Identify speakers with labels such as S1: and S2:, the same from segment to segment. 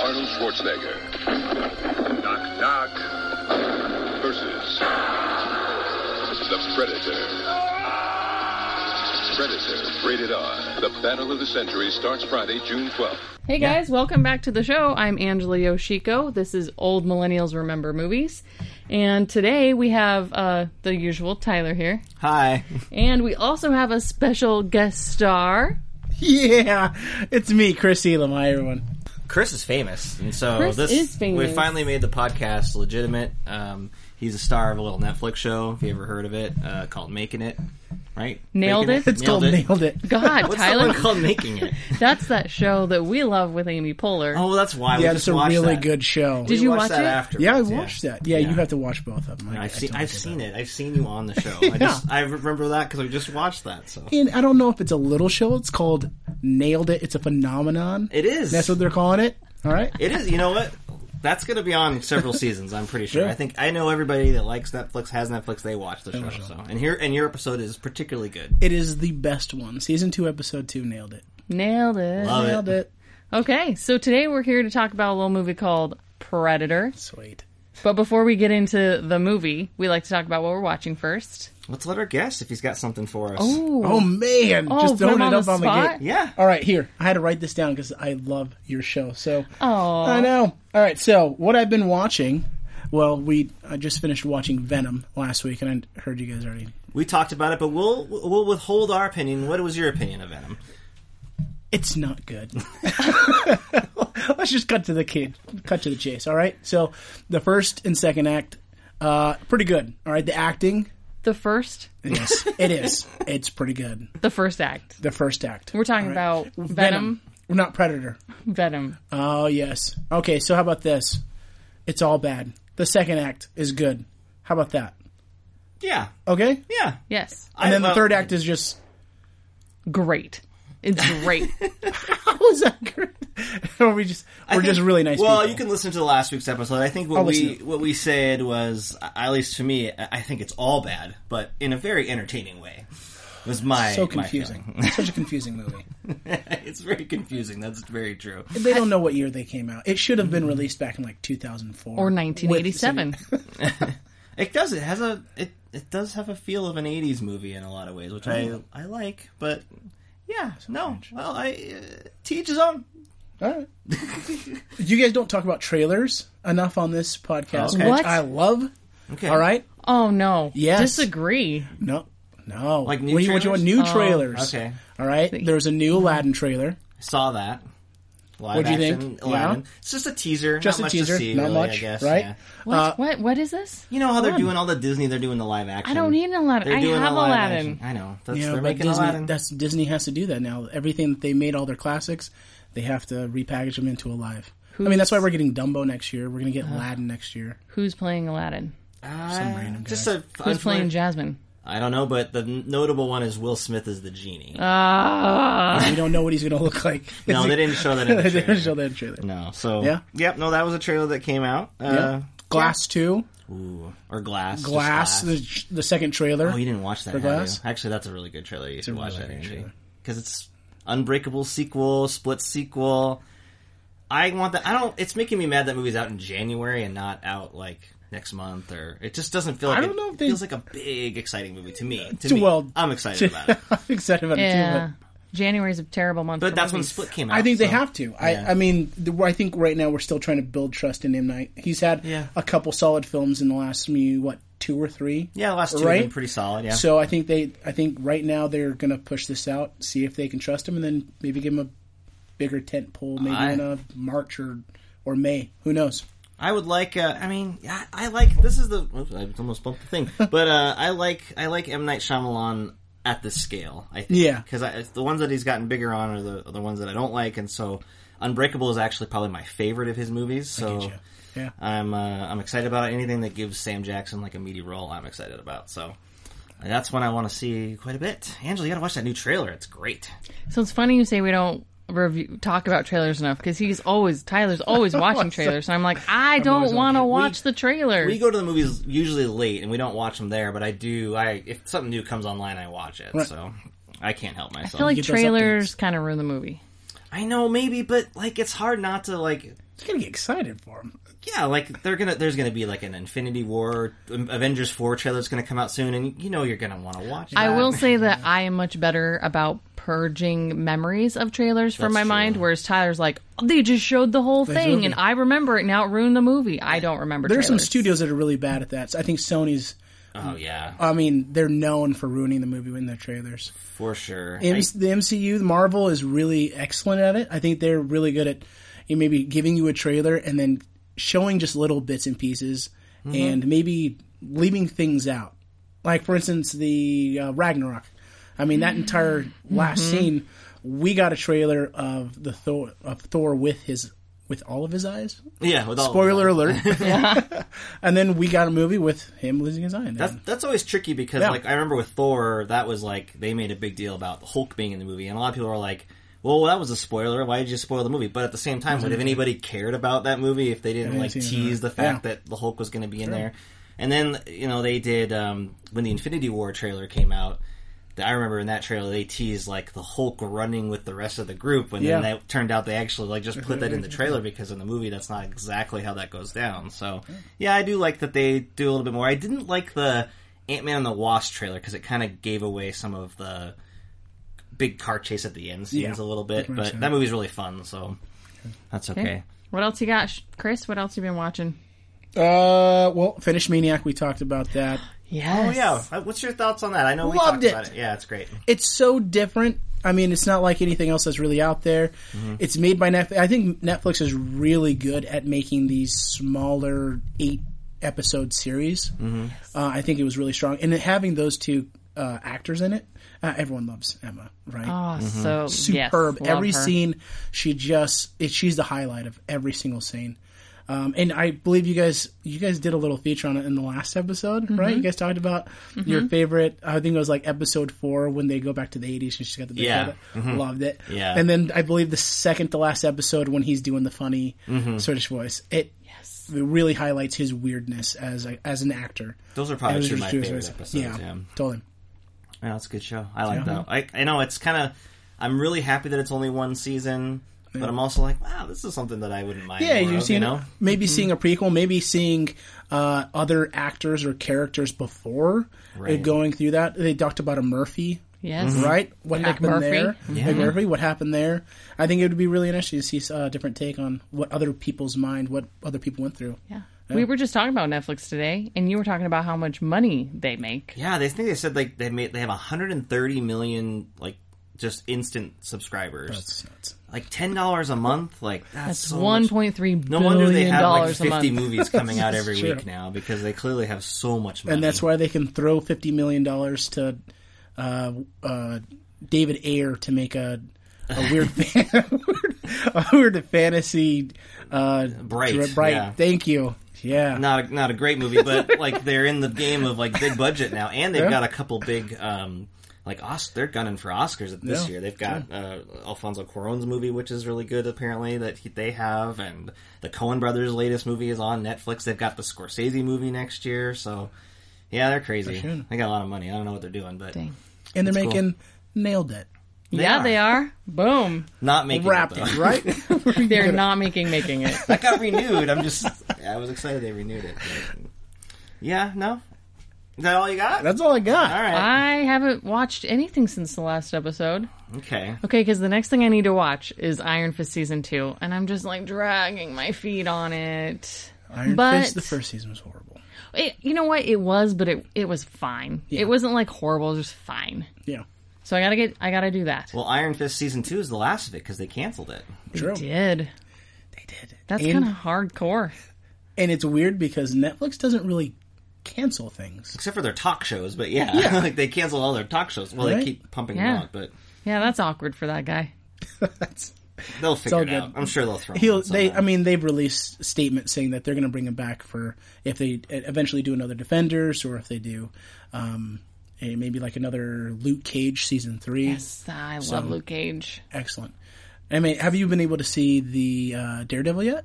S1: Arnold Schwarzenegger. Knock Knock versus The Predator. Predator, rated R. The Battle of the Century starts Friday, June 12th.
S2: Hey
S3: Yeah.
S2: guys, welcome back to the show. I'm Angela Yoshiko. This is Old Millennials Remember Movies. And today we have uh, the usual Tyler here.
S3: Hi.
S2: And we also have a special guest star.
S4: Yeah, it's me, Chris Elam. Hi, everyone.
S3: Chris is famous, and so
S2: Chris
S3: this
S2: is famous.
S3: we finally made the podcast legitimate. Um, he's a star of a little Netflix show, if you ever heard of it, uh, called Making It. Right?
S2: Nailed
S3: Making
S2: it?
S4: It's called Nailed It.
S2: God,
S3: What's that
S2: Tyler.
S3: one called Making It?
S2: That's that show that we love with Amy Poehler.
S3: Oh, well, that's why.
S4: Yeah,
S3: we
S4: it's
S3: just
S4: a
S3: watched
S4: really
S3: that.
S4: good show.
S2: Did
S3: We
S2: you
S3: watched
S2: watch
S3: that
S2: it?
S3: afterwards,
S4: yeah, I watched that. Yeah, you have to watch both of them. I-
S3: I've
S4: I
S3: seen,
S4: totally
S3: I've
S4: did
S3: seen
S4: that.
S3: it. I've seen you on the show. I just I remember that because I just watched that. So
S4: And I don't know if it's a little show. It's called Nailed It. It's a phenomenon.
S3: it is.
S4: That's what they're calling it. All right.
S3: It is. You know what? That's going to be on several seasons. I'm pretty sure.
S4: Yeah.
S3: I think I know everybody that likes Netflix has Netflix. They watch the show. So and here and your episode is particularly good.
S4: It is the best one. Season two, episode two. Nailed it.
S2: Nailed it.
S3: Love it.
S4: Nailed it.
S2: Okay, so today we're here to talk about a little movie called Predator.
S4: Sweet.
S2: But before we get into the movie, we like to talk about what we're watching first.
S3: Let's let her guess if he's got something for us.
S4: Oh man,
S2: Oh,
S4: just
S2: put
S4: throwing
S2: him on
S4: it up
S2: the
S4: on the
S2: spot?
S4: gate.
S3: Yeah.
S4: All right, here. I had to write this down because I love your show. So.
S2: Oh,
S4: I know. All right, so what I've been watching. Well, we I just finished watching Venom last week, and I heard you guys already.
S3: We talked about it, but we'll we'll withhold our opinion. What was your opinion of Venom?
S4: It's not good. Let's just cut to the kid, cut to the chase. All right, so the first and second act, uh, pretty good. All right, the acting,
S2: the first,
S4: yes, it is. It's pretty good.
S2: the first act.
S4: The first act,
S2: We're talking about Venom.
S4: We're not Predator.
S2: Venom.
S3: Uh,
S4: Oh yes. Okay, so how about this? It's all bad. The second act is good. How about that?
S3: Yeah,
S4: Okay,
S3: yeah.
S2: Yes,
S4: and then the third act is just
S2: great. It's great.
S4: was that great? or we just we're just really nice
S3: Well,
S4: people.
S3: you can listen to the last week's episode. I think what
S4: I'll
S3: we
S4: listen to
S3: what we said was, I- at least to me, I I think it's all bad, but in a very entertaining way. Was my
S4: so
S3: my
S4: confusing. It's Such a confusing movie.
S3: feeling. it's very confusing. That's very true.
S4: They don't know what year they came out. It should have been released back in like 2004
S2: Or
S4: With-
S2: 1987.
S3: It does. It has a. It, it does have a feel of an '80s movie in a lot of ways, which
S4: Mm-hmm.
S3: I I like. But yeah, no. Well, I uh, teach his own.
S4: All right. you guys don't talk about trailers enough on this podcast,
S3: Okay.
S4: which
S2: What?
S4: I love.
S3: Okay.
S4: All right,
S2: oh no.
S4: Yes.
S2: Disagree.
S4: no, no,
S3: Like new
S4: what do you, what do you want? New trailers.
S3: Okay.
S4: All right. There was a new Aladdin trailer.
S3: Saw that. Live
S4: What'd you
S3: action
S4: think?
S3: Aladdin.
S4: Yeah.
S3: It's just a teaser.
S4: Just
S3: not
S4: a
S3: much
S4: teaser,
S3: To see,
S4: not
S3: really,
S4: much,
S3: I guess,
S4: right?
S3: yeah.
S2: What?
S4: Uh,
S2: what? What is this?
S3: You know how they're doing all the Disney. They're doing the live action.
S2: I don't need an Aladdin.
S3: They're
S2: I
S3: doing
S2: have
S3: a live
S2: Aladdin.
S3: action. I know. That's,
S4: Yeah,
S3: they're
S4: but
S3: making
S4: Disney.
S3: Aladdin.
S4: That's Disney has to do that now. Everything that they made, all their classics, they have to repackage them into a live. I mean, that's why we're getting Dumbo next year. We're gonna
S3: Uh-huh.
S4: get Aladdin next year.
S2: Who's playing Aladdin?
S3: Uh,
S4: random
S3: Just
S4: guy.
S3: a.
S2: Who's playing
S3: unfamiliar-
S2: Jasmine?
S3: I don't know, but the notable one is Will Smith as the genie.
S4: Uh,
S2: Ah.
S4: We don't know what he's gonna look like.
S3: no, they didn't show that in the
S4: they
S3: trailer.
S4: didn't show that in the trailer.
S3: No, so
S4: Yeah.
S3: yep. No, that was a trailer that came out. Uh,
S4: Yeah. Glass two,
S3: ooh, or glass, just
S4: glass, The, the second trailer.
S3: oh, you didn't watch that? have
S4: Glass?
S3: you? Actually, that's a really good trailer. You should
S4: a
S3: watch
S4: really
S3: that,
S4: good
S3: Angie,
S4: trailer.
S3: because it's Unbreakable sequel, split sequel. I want that. I don't. It's making me mad that movie's out in January and not out like next month, or it just doesn't feel. like
S4: I don't
S3: it,
S4: know if
S3: it
S4: they-
S3: feels like a big, exciting movie to me. To
S4: Too
S3: me,
S4: well-
S3: I'm excited about it.
S4: I'm excited about it
S2: yeah.
S4: too.
S2: January's a terrible month.
S3: But
S2: for
S3: that's when
S2: movies.
S3: Split came out.
S4: But I think they
S3: so-
S4: have to. I,
S3: Yeah.
S4: I mean, the, I think right now we're still trying to build trust in M Night. He's had
S3: Yeah.
S4: a couple solid films in the last me what two or three.
S3: Yeah, the last two have
S4: Right?
S3: been pretty solid. Yeah.
S4: So I think they, I think right now they're going to push this out, see if they can trust him, and then maybe give him a bigger tent pole, maybe
S3: I-
S4: in a March or or May. Who knows?
S3: I would like. Uh, I mean, I, I like. This is the. Oops, I almost bumped the thing. But uh, I like. I like M Night Shyamalan at this scale. I think.
S4: Yeah.
S3: Because the ones that he's gotten bigger on are the are the ones that I don't like, and so Unbreakable is actually probably my favorite of his movies. So.
S4: Gotcha. Yeah.
S3: I'm uh, I'm excited about it. anything that gives Sam Jackson like a meaty role. I'm excited about so, and that's one I want to see quite a bit. Angela, you gotta watch that new trailer. It's great.
S2: So it's funny you say we don't review talk about trailers enough because he's always Tyler's always watching trailers. So I'm like, I don't
S4: always
S2: want to
S4: watching-
S2: watch the trailer.
S3: We go to the movies usually late, and we don't watch them there. But I do. I if something new comes online, I watch it. So I can't help myself.
S2: I feel like
S4: get those
S2: trailers kind of ruin the movie.
S3: I know, maybe, but like it's hard not to like
S4: It's gonna get excited for him.
S3: yeah, like they're gonna there's gonna be like an Infinity War, um, Avengers Four trailer's gonna come out soon, and you know you're gonna want to watch.
S2: I
S3: that.
S2: will say that I am much better about purging memories of trailers from my
S3: That's
S2: mind,
S3: true.
S2: whereas Tyler's like, "Oh, they just showed the whole thing,
S4: showed
S2: and
S4: it.
S2: I remember it. Now it ruined the movie. I don't remember.
S4: There are some
S2: trailers.
S4: studios that are really bad at that. So I think Sony's.
S3: Oh yeah,
S4: I mean, they're known for ruining the movie in their trailers.
S3: for sure.
S4: M-
S3: I-
S4: the MCU, Marvel is really excellent at it. I think they're really good at you know, maybe giving you a trailer and then showing just little bits and pieces, and maybe leaving things out. Like for instance, the uh, Ragnarok. I mean, that entire last scene, we got a trailer of the Thor of Thor with his with all of his eyes.
S3: yeah, with all
S4: Spoiler alert! and then we got a movie with him losing his eye. and
S3: That's
S4: then-
S3: that's always tricky because
S4: Yeah.
S3: like I remember with Thor, that was like they made a big deal about Hulk being in the movie, and a lot of people are like, "Well, that was a spoiler. Why did you spoil the movie?" But at the same time,
S4: Mm-hmm.
S3: would have anybody cared about that movie if they didn't
S4: Yeah,
S3: like
S4: yeah.
S3: tease the fact that the Hulk was going to be in there? And then you know they did um, when the Infinity War trailer came out. th- I remember in that trailer they teased like the Hulk running with the rest of the group, and
S4: Yeah.
S3: then that turned out they actually like just put that in the trailer because in the movie that's not exactly how that goes down. So yeah, I do like that they do a little bit more. I didn't like the Ant Man and the Wasp trailer because it kind of gave away some of the big car chase at the end scenes
S4: Yeah,
S3: a little bit, but
S4: understand
S3: that movie's really fun, so that's okay.
S2: Okay. What else you got, Sh- Chris? What else you been watching?
S4: uh, well, Finish Maniac. We talked about that.
S2: Yes.
S3: Oh yeah, Uh, what's your thoughts on that? I know we
S4: Loved
S3: talked about
S4: it.
S3: it. Yeah, it's great.
S4: it's so different. I mean, it's not like anything else that's really out there. It's made by Netflix. I think Netflix is really good at making these smaller eight episode series. Uh, I think it was really strong, and then having those two uh, actors in it, uh, everyone loves Emma, right?
S3: Mm-hmm.
S2: Oh, so yes,
S4: superb.
S2: love
S4: every
S2: her.
S4: scene, she just it, she's the highlight of every single scene. Um, and I believe you guys you guys did a little feature on it in the last episode,
S2: Mm-hmm.
S4: right? You guys talked about your favorite. I think it was like episode four when they go back to the eighties and she's got the big
S3: Yeah. Mm-hmm.
S4: head. Loved it.
S3: Yeah.
S4: And then I believe the second to last episode when he's doing the funny
S3: Mm-hmm.
S4: Swedish voice. It yes. it really highlights his weirdness as a, as an actor.
S3: Those are probably two of my
S4: She was-
S3: favorite episodes.
S4: Yeah,
S3: yeah.
S4: totally.
S3: Yeah, that's a good show. I like that. I, I know it's kind of. I'm really happy that it's only one season, but I'm also like, wow, this is something that I wouldn't mind.
S4: Yeah,
S3: more
S4: you've
S3: of,
S4: seen
S3: you know. Mm-hmm.
S4: maybe seeing a prequel, maybe seeing uh, other actors or characters before uh,
S3: Right.
S4: going through that. They talked about a Murphy,
S2: Yes.
S3: Mm-hmm.
S4: right? What happened
S2: McMurphy.
S4: there?
S3: Yeah.
S4: Murphy. What happened there? I think it would be really interesting to see uh, a different take on what other people's mind, what other people went through.
S2: Yeah. We were just talking about Netflix today, and you were talking about how much money they make.
S3: Yeah, they think they said like they made they have 130 million like just instant subscribers,
S4: It's nuts.
S3: like ten dollars a month. Like that's,
S2: That's
S3: so
S2: one
S3: much-
S2: point three billion
S3: No wonder they have like
S2: dollars
S3: 50
S2: a month.
S3: movies coming out every
S4: Sure.
S3: week now because they clearly have so much money.
S4: And that's why they can throw fifty million dollars to uh, uh, David Ayer to make a. A weird, fan, a weird, a weird fantasy uh,
S3: bright,
S4: Dr- Bright.
S3: yeah.
S4: Thank you. Yeah.
S3: not a, not a great movie, but like they're in the game of like big budget now, and they've got a couple big um like Os- they're gunning for Oscars this
S4: Yeah,
S3: year. They've got uh, Alfonso Cuarón's movie, which is really good apparently that he, they have, and the Coen Brothers' latest movie is on Netflix. They've got the Scorsese movie next year, so yeah, they're crazy. They got a lot of money. I don't know what they're doing, but
S2: Dang.
S4: and they're
S3: That's
S4: making nailed it.
S2: yeah,
S3: are.
S2: they are. Boom.
S3: not making it,
S4: Wrapped
S3: though.
S4: it, right?
S2: They're not making making it.
S3: that got renewed. I'm just I was excited they renewed it. but- yeah, no, is that all you got?
S4: That's all I got.
S3: all right.
S2: I haven't watched anything since the last episode.
S3: Okay.
S2: Okay, because the next thing I need to watch is Iron Fist season two, and I'm just like dragging my feet on it.
S4: Iron
S2: But-
S4: Fist, the first season was horrible.
S2: it you know what? It was, but it it was fine. It wasn't like horrible. It was just fine.
S4: Yeah.
S2: So I gotta get I gotta do that.
S3: Well, Iron Fist season two is the last of it because they canceled it.
S4: True.
S2: They did.
S4: They did.
S2: That's
S4: And-
S2: kind of hardcore.
S4: And it's weird because Netflix doesn't really cancel things.
S3: except for their talk shows. But yeah, like they canceled all their talk shows. Well,
S4: Right.
S3: they keep pumping
S2: Yeah.
S3: them out, but
S2: Yeah, that's awkward for that guy.
S4: That's
S3: they'll figure
S4: all
S3: it out.
S4: good.
S3: I'm sure they'll throw.
S4: he'll
S3: them in
S4: they
S3: somehow.
S4: I mean they've released statements saying that they're going to bring him back for if they eventually do another Defenders or if they do um a, maybe like another Luke Cage season 3.
S2: Yes, I love Luke Cage.
S4: Excellent. I mean, have you been able to see the uh, Daredevil yet?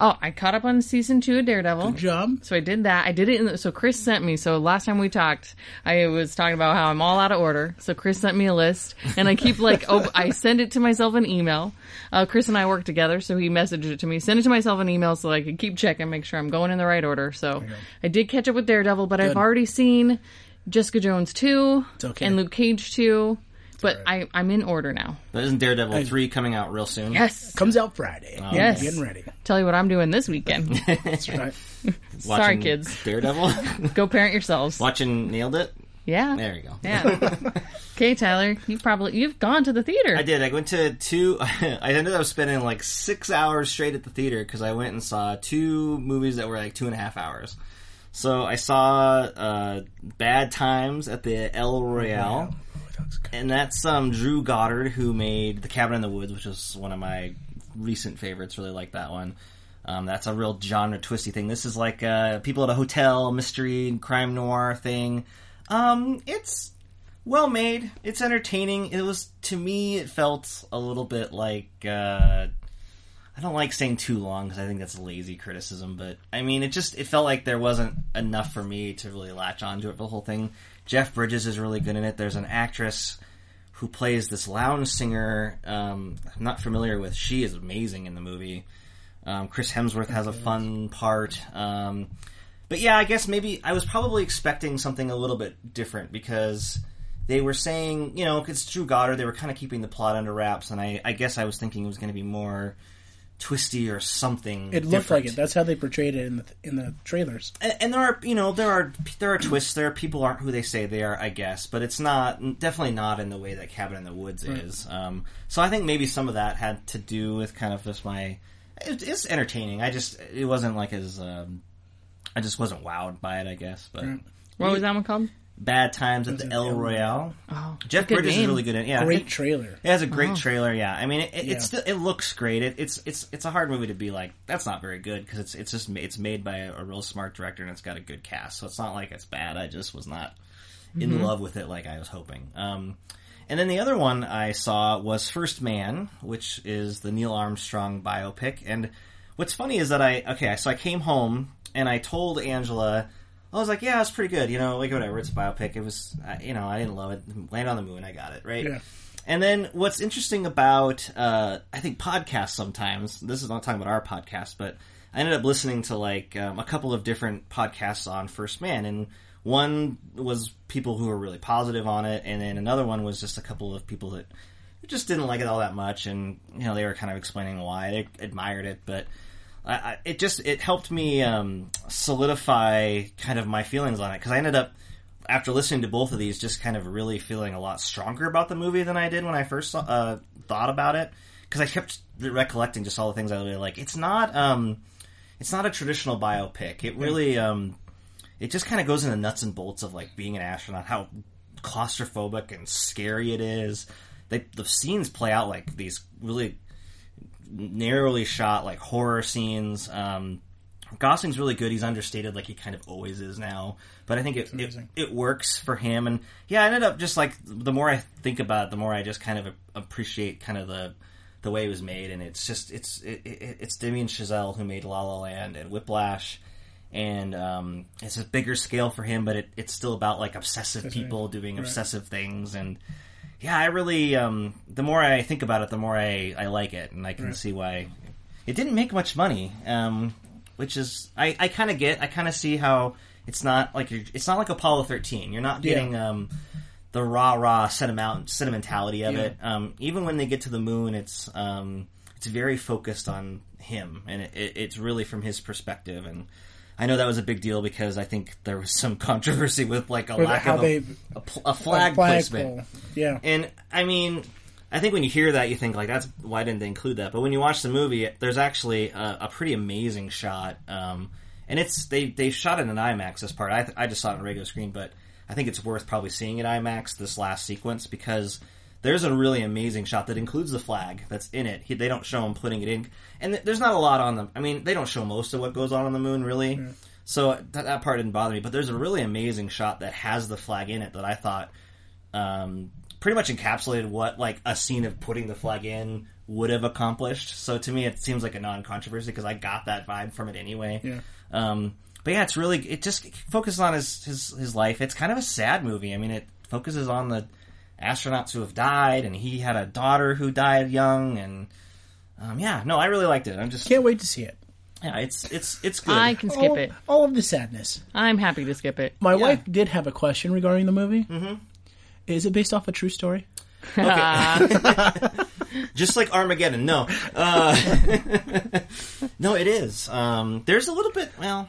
S2: Oh, I caught up on season two of Daredevil.
S4: Good job.
S2: So I did that. I did it in the, so Chris sent me. So last time we talked, I was talking about how I'm all out of order. So Chris sent me a list and I keep like, oh, I send it to myself in email. Uh, Chris and I work together. So he messaged it to me, send it to myself in email so that I could keep checking, make sure I'm going in the right order. So I did catch up with Daredevil, but I've
S4: Good.
S2: already seen Jessica Jones 2
S4: okay.
S2: and Luke Cage 2. But I, I'm in order now.
S3: But isn't Daredevil 3 coming out real soon?
S2: Yes.
S4: Comes out Friday.
S3: Um,
S2: Yes.
S4: Getting ready.
S2: Tell you what I'm doing this weekend.
S4: That's right.
S2: Sorry, kids.
S3: Daredevil?
S2: Go parent yourselves.
S3: Watching Nailed It?
S2: Yeah.
S3: There you go.
S2: Yeah. okay, Tyler, you probably you've gone to the theater.
S3: I did. I went to two. I ended up spending like six hours straight at the theater because I went and saw two movies that were like two and a half hours. So I saw uh, Bad Times at the El Royale, and that's um, Drew Goddard who made The Cabin in the Woods, which is one of my recent favorites. Really like that one. Um, that's a real genre twisty thing. This is like uh, people at a hotel mystery crime noir thing. Um, it's well made. It's entertaining. It was to me. It felt a little bit like uh, I don't like saying too long because I think that's lazy criticism. But I mean, it just it felt like there wasn't enough for me to really latch onto it for the whole thing. Jeff Bridges is really good in it. There's an actress who plays this lounge singer. Um, I'm not familiar with. She is amazing in the movie. Um, Chris Hemsworth has a fun part. Um, but yeah, I guess maybe I was probably expecting something a little bit different because they were saying, you know, 'cause it's Drew Goddard, they were kind of keeping the plot under wraps, and I, I guess I was thinking it was going to be more twisty or something.
S4: It looked like
S3: different
S4: it. That's how they portrayed it in the in the trailers.
S3: and, and there are you know there are there are twists there people aren't who they say they are i guess but it's not definitely not in the way that cabin in the woods is um, so i think maybe some of that had to do with kind of just my it, it's entertaining i just it wasn't like as um, i just wasn't wowed by it i guess but
S2: what was that one called?
S3: bad times at the el royale oh, jeff
S2: good
S3: bridges is
S2: name.
S3: really good in yeah
S4: Great
S3: it-
S4: trailer.
S3: it has a great trailer. Yeah, I mean, it, it,
S4: Uh-huh. Yeah.
S3: it's still, it looks great. It, it's it's it's a hard movie to be like that's not very good because it's it's just ma- it's made by a, a real smart director and it's got a good cast, so it's not like it's bad. I just was not
S4: Mm-hmm.
S3: in love with it like I was hoping. Um, and then the other one I saw was First Man, which is the Neil Armstrong biopic. And what's funny is that I okay, so I came home and I told Angela. I was like, yeah, it's pretty good, you know, like whatever. It's a biopic. It was, I- you know, I didn't love it. Land on the Moon, I got it right.
S4: Yeah.
S3: And then what's interesting about uh, I think podcasts sometimes this is not talking about our podcast, but I ended up listening to like um, a couple of different podcasts on First Man, and one was people who were really positive on it, and then another one was just a couple of people that just didn't like it all that much, and you know they were kind of explaining why they admired it, but. I, I, it just it helped me um, solidify kind of my feelings on it because I ended up after listening to both of these just kind of really feeling a lot stronger about the movie than I did when I first saw, uh, thought about it because I kept recollecting just all the things I really like. It's not um, it's not a traditional biopic. It really um, it just kind of goes in the nuts and bolts of like being an astronaut, how claustrophobic and scary it is. They, the scenes play out like these really narrowly shot like horror scenes. Um, Gosling's really good. He's understated, like he kind of always is now. But I think it it, it works for him. And yeah, I ended up just like the more I think about it, the more I just kind of a- appreciate kind of the the way it was made. And it's just it's it, it, it's Damien Chazelle who made La La Land and Whiplash. And um, it's a bigger scale for him, but it, it's still about like obsessive people doing obsessive things, and yeah, I really. Um, the more I think about it, the more I, I like it, and I can see why it didn't make much money. Um, which is I, I kind of get. I kind of see how it's not like you're, it's not like Apollo thirteen. You're not getting um, the rah rah sentiment, sentimentality of it. Um, even when they get to the moon, it's um, it's very focused on him, and it, it, it's really from his perspective. And I know that was a big deal because I think there was some controversy with like a
S4: With
S3: lack
S4: how
S3: of
S4: they-
S3: a, a pl- a flag, placement.
S4: pole. Yeah.
S3: And I mean, I think when you hear that, you think like, "That's why didn't they include that?" But when you watch the movie, there's actually a, a pretty amazing shot, um, and it's they they shot it in IMAX. This part, I th- I just saw it on regular screen, but I think it's worth probably seeing it IMAX this last sequence because there's a really amazing shot that includes the flag that's in it. He, they don't show him putting it in, and th- there's not a lot on them. I mean, they don't show most of what goes on on the moon, really. So that, that part didn't bother me. But there's a really amazing shot that has the flag in it that I thought um, pretty much encapsulated what like a scene of putting the flag in would have accomplished. So to me, it seems like a non-controversy because I got that vibe from it anyway.
S4: Yeah.
S3: Um, but yeah, it's really it just focuses on his, his his life. It's kind of a sad movie. I mean, it focuses on the astronauts who have died, and he had a daughter who died young, and um, yeah, no, I really liked it. I'm just
S4: Can't wait to see it.
S3: yeah, it's it's it's good.
S2: I can skip
S4: all,
S2: it.
S4: all of the sadness.
S2: I'm happy to skip it.
S4: My wife did have a question regarding the movie. Mm-hmm. Is it based off a true story?
S3: just like Armageddon. No, uh, no, it is. Um, there's a little bit. Well,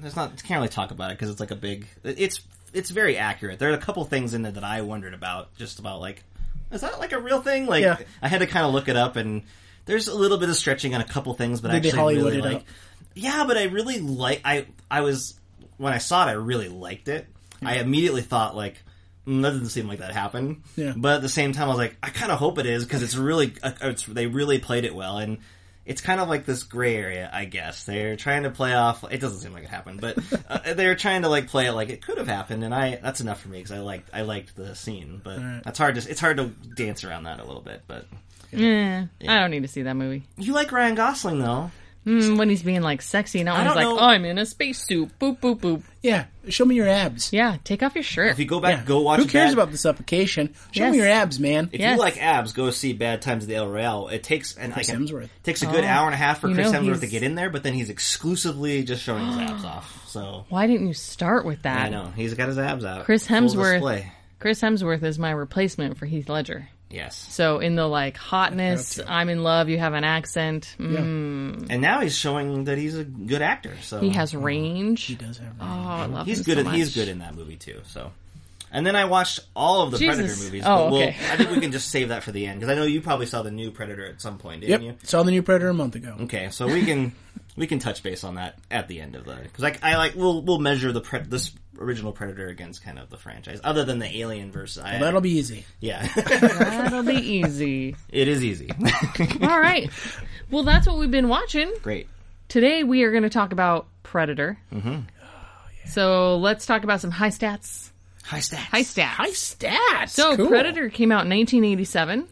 S3: there's not. Can't really talk about it because it's like a big. It's it's very accurate. There are a couple things in there that I wondered about, just about like, is that like a real thing? Like,
S4: Yeah.
S3: I had to kind of look it up, and there's a little bit of stretching on a couple things, but I
S4: Did they
S3: actually really
S4: Hollywood it
S3: like.
S4: up?
S3: Yeah, but I really like. I I was when I saw it, I really liked it. I immediately thought like. "Mm, That doesn't seem like that happened.
S4: Yeah.
S3: But at the same time, I was like, I kind of hope it is because it's really, uh, it's, they really played it well, and it's kind of like this gray area, I guess. They're trying to play off. It doesn't seem like it happened, but uh, they're trying to like play it like it could have happened, and I that's enough for me because I liked I liked the scene, but that's hard to it's hard to dance around that a little bit. But
S2: Eh, I don't need to see that movie.
S3: you like Ryan Gosling though.
S2: Mm, when he's being like sexy, not when
S3: I
S2: he's like,
S3: don't know-
S2: "Oh, I'm in a spacesuit." Boop, boop, boop.
S4: Yeah. Show me your abs.
S2: Yeah, take off your shirt.
S3: If you go back,
S4: Yeah.
S3: go watch.
S4: Who cares
S3: Bad-
S4: about the supplication? Show
S2: Yes.
S4: me your abs, man.
S3: If
S2: Yes.
S3: you like abs, go see Bad Times at the El Royale. It takes an
S4: Chris
S3: like an-
S4: Hemsworth.
S3: takes a good hour and a half for
S2: Oh, you
S3: Chris
S2: know
S3: Hemsworth to
S2: he's-
S3: get in there, but then he's exclusively just showing his abs off. So
S2: Why didn't you start with that?
S3: I know he's got his abs out.
S2: Chris
S3: Full
S2: Hemsworth.
S3: display.
S2: Chris Hemsworth is my replacement for Heath Ledger.
S3: Yes,
S2: So in the like hotness, I'm in love. You have an accent. Mm,
S3: and now he's showing that he's a good actor. So
S2: He has range.
S4: Does have-
S2: Oh, I love
S3: he's
S2: him
S3: good.
S2: So
S3: in, he's
S2: much.
S3: good in that movie too. So, and then I watched all of the
S2: Jesus.
S3: Predator movies.
S2: Oh,
S3: but we'll-
S2: okay.
S3: I think we can just save that for the end because I know you probably saw the new Predator at some point,
S4: Yep.
S3: didn't you?
S4: Saw the new Predator a month ago.
S3: Okay, so we can we can touch base on that at the end of the because like I like we'll we'll measure the pre- this original Predator against kind of the franchise other than the Alien versus. I,
S4: That'll be easy.
S3: yeah,
S2: That'll be easy.
S3: it is easy.
S2: All right. Well, that's what we've been watching.
S3: Great.
S2: Today we are going to talk about Predator. Mm-hmm. So let's talk about some high stats.
S3: High stats.
S2: High stats.
S4: stats.
S2: so
S4: Cool.
S2: Predator came out in 1987.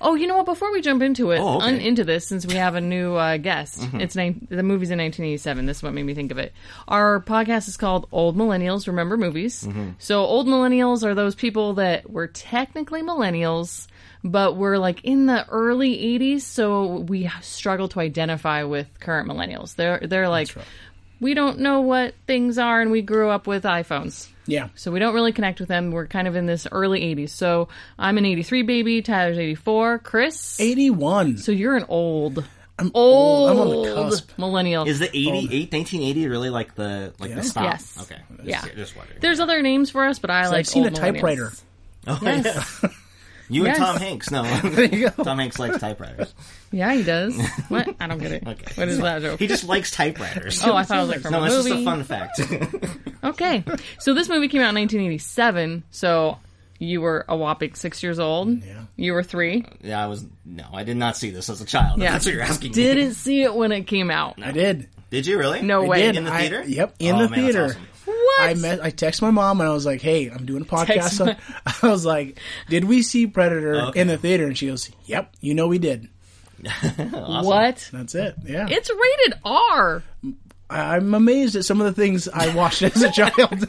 S2: Oh, you know what? Before we jump into it,
S3: Oh, okay. Mm-hmm.
S2: un- into this, since we have a new uh, guest, it's nine the movie's in 1987. This is what made me think of it. Our podcast is called Old Millennials Remember Movies.
S3: Mm-hmm.
S2: So old millennials are those people that were technically millennials, but were like in the early 80s. So we struggle to identify with current millennials. They're they're like. We don't know what things are, and we grew up with iPhones.
S4: Yeah.
S2: So we don't really connect with them. We're kind of in this early 80s. So I'm an 83 baby. Tyler's 84. Chris.
S4: 81.
S2: So you're an old. I'm old.
S4: I'm on the cusp.
S2: Millennial.
S3: Is the 80, 1980 really like the like the stop?
S2: Oh. Yes.
S3: Okay. Just,
S2: Yeah.
S3: Just wondering.
S2: There's other names for us, but I like.
S4: I've seen
S2: old
S4: a
S2: millennials.
S4: typewriter.
S3: Oh, yeah.
S2: Yes.
S3: You
S2: Yes.
S3: and Tom Hanks. No.
S4: you go.
S3: Tom Hanks likes typewriters.
S2: yeah, he does. What? I don't get it.
S3: Okay.
S2: What is that joke?
S3: He just likes typewriters.
S2: Oh, I thought it was like from
S3: no,
S2: a
S3: it's
S2: movie.
S3: just a fun fact.
S2: Okay. So this movie came out in 1987. So you were a whopping six years old.
S4: Yeah.
S2: You were three.
S3: yeah, I was no, I did not see this as a child.
S2: Yeah.
S3: That's what you're asking. me.
S2: Didn't see it when it came out.
S4: I did.
S3: Did you really?
S2: No
S4: I
S2: way.
S4: did.
S3: In the
S4: I-
S3: theater?
S4: yep, in
S3: Oh,
S4: the
S3: man, that's
S4: theater.
S3: awesome.
S2: What?
S4: I met, I text my mom and I was like, "Hey, I'm doing a podcast."
S2: Text
S4: on- I was like, "Did we see Predator
S3: Okay.
S4: in the theater?" And she goes, "Yep, you know we did."
S2: What?
S4: That's it. Yeah,
S2: It's rated R.
S4: I, I'm amazed at some of the things I watched as a child.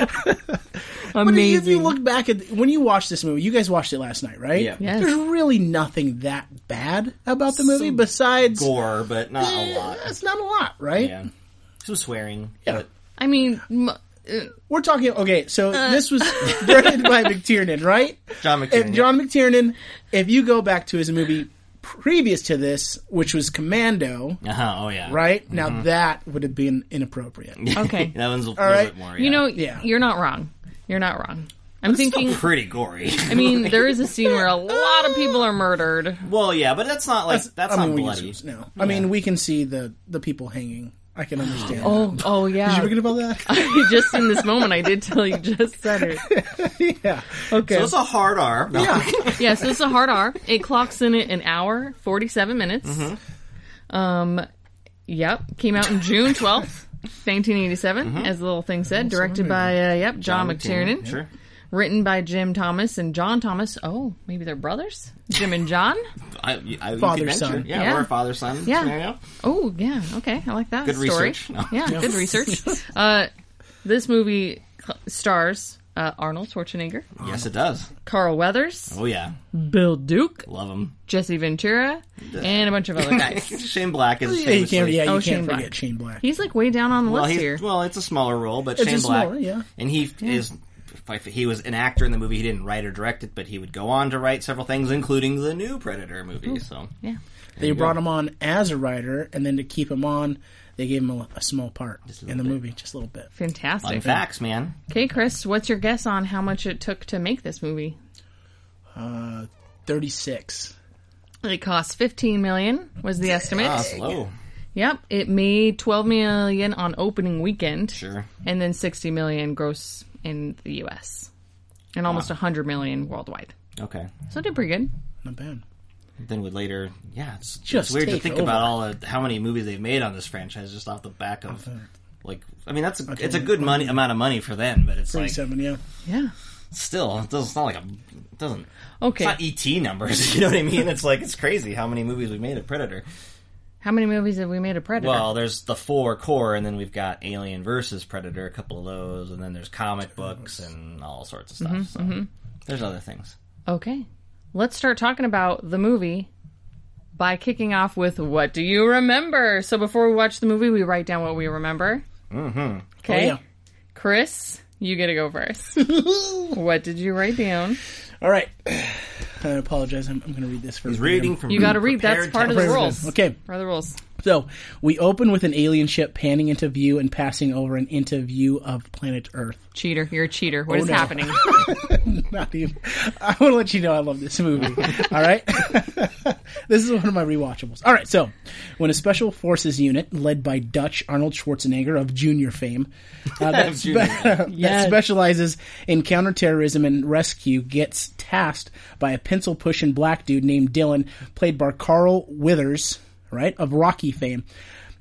S4: But if you- if
S2: Amazing.
S4: you look back at when you watched this movie, you guys watched it last night, right?
S3: Yeah.
S2: Yes.
S4: There's really nothing that bad about the movie besides
S3: Gore, but not a
S4: Eh,
S3: lot.
S4: It's not a lot, right?
S3: Yeah. Some swearing. but-
S2: I mean, m- uh,
S4: We're talking okay. So this was directed by McTiernan, right?
S3: John
S4: If
S3: McTiernan.
S4: John McTiernan, if you go back to his movie previous to this, which was Commando,
S3: Uh-huh, oh yeah.
S4: right? Now that would have been inappropriate.
S2: okay.
S3: That one's a little
S4: right.
S3: bit more.
S2: You know,
S4: Yeah.
S2: you're not wrong. You're not wrong. I'm thinking.
S3: pretty gory.
S2: I mean, there is a scene where a lot of people are murdered.
S3: well, yeah, but that's not like that's,
S4: I
S3: not
S4: mean, we can
S3: bloody.
S4: s- no. I mean, we can see the the people hanging. I can understand. that.
S2: Oh, oh
S4: Did you
S2: yeah.
S4: forget about that?
S2: just in this moment, I did tell you just said it.
S4: yeah.
S2: Okay.
S3: So it's a hard R. No.
S4: Yeah.
S2: yeah, so it's a hard R. It clocks in at an hour, 47 minutes. Um, yep. Came out in June 12th, 1987, as the little thing said. Directed by, uh, yep, John, McTiernan.
S3: Sure.
S2: written by Jim Thomas and John Thomas. Oh, maybe they're brothers? Jim and John?
S3: I, I,
S4: Father,
S3: you could venture.
S4: son.
S3: Yeah,
S2: Yeah.
S3: or a father son
S2: Yeah.
S3: scenario.
S2: Oh, yeah. Okay. I like that
S3: Good
S2: story.
S3: research. No.
S2: Yeah, good research. Uh, this movie cl- stars uh, Arnold Schwarzenegger,
S3: Yes, it does.
S2: Carl Weathers,
S3: Oh yeah,
S2: Bill Duke,
S3: love him.
S2: Jesse Ventura, and a bunch of other guys.
S3: Shane Black is
S4: Yeah, you can't,
S3: famously-
S4: yeah, you
S2: Oh,
S4: can't
S2: Shane
S4: forget
S2: Black.
S4: Shane Black.
S2: He's like way down on the
S3: Well,
S2: list
S3: he's-
S2: here.
S3: well, it's a smaller role, but
S4: It's
S3: Shane
S4: a
S3: Black,
S4: smaller, yeah.
S3: and he is if he was an actor in the movie. He didn't write or direct it, but he would go on to write several things, including the new Predator movie. So
S2: Yeah.
S4: They brought him on as a writer, and then to keep him on, they gave him a, a small part
S3: a
S4: in the
S3: little bit.
S4: movie, just a little bit.
S2: Fantastic.
S3: fun facts, man.
S2: Okay, Chris, what's your guess on how much it took to make this movie?
S4: Thirty-six.
S2: It cost 15 million was the estimate.
S3: Ah, slow.
S2: Yep, it made 12 million on opening weekend
S3: Sure.
S2: and then 60 million gross in the US and almost 100 million worldwide.
S3: Okay.
S2: So it did pretty good.
S4: Not bad.
S3: Then would later, yeah. It's
S4: Just
S3: it's weird to
S4: take
S3: think
S4: over.
S3: about all the, how many movies they've made on this franchise just off the back of. Like, I mean, that's a, it's a good money amount of money for them, but it's like
S4: Thirty-seven. yeah. Oh,
S2: Yeah.
S3: still it doesn't, it's not like a it doesn't
S2: Okay.
S3: it's not e- ET numbers. You know what I mean? It's like it's crazy how many movies we made of Predator.
S2: How many movies have we made a Predator?
S3: Well, there's the four core, and then we've got Alien versus Predator, a couple of those, and then there's comic books and all sorts of stuff.
S2: Mm-hmm,
S3: so there's other things.
S2: okay. Let's start talking about the movie by kicking off with what do you remember? So before we watch the movie, we write down what we remember. Mm-hmm. Okay.
S4: Oh, yeah.
S2: Chris, you get to go first. what did you write down?
S4: All right. I apologize. I'm, I'm going to read this for
S3: He's reading from
S2: You got to read. That's
S3: prepared
S2: part of the
S3: text.
S2: rules.
S4: Okay.
S2: Part of the rules.
S4: So we open with an alien ship panning into view and passing over an into view of planet Earth.
S2: Cheater. You're a cheater. What is
S4: no.
S2: happening?
S4: Not even. I want to let you know I love this movie. All right. this is one of my rewatchables. All right. So, when a special forces unit led by Dutch Arnold Schwarzenegger of junior fame uh, that, spe-
S3: junior
S4: that specializes in counterterrorism and rescue gets tasked by a pencil pushing black dude named Dylan, played by Carl Withers, right, of Rocky fame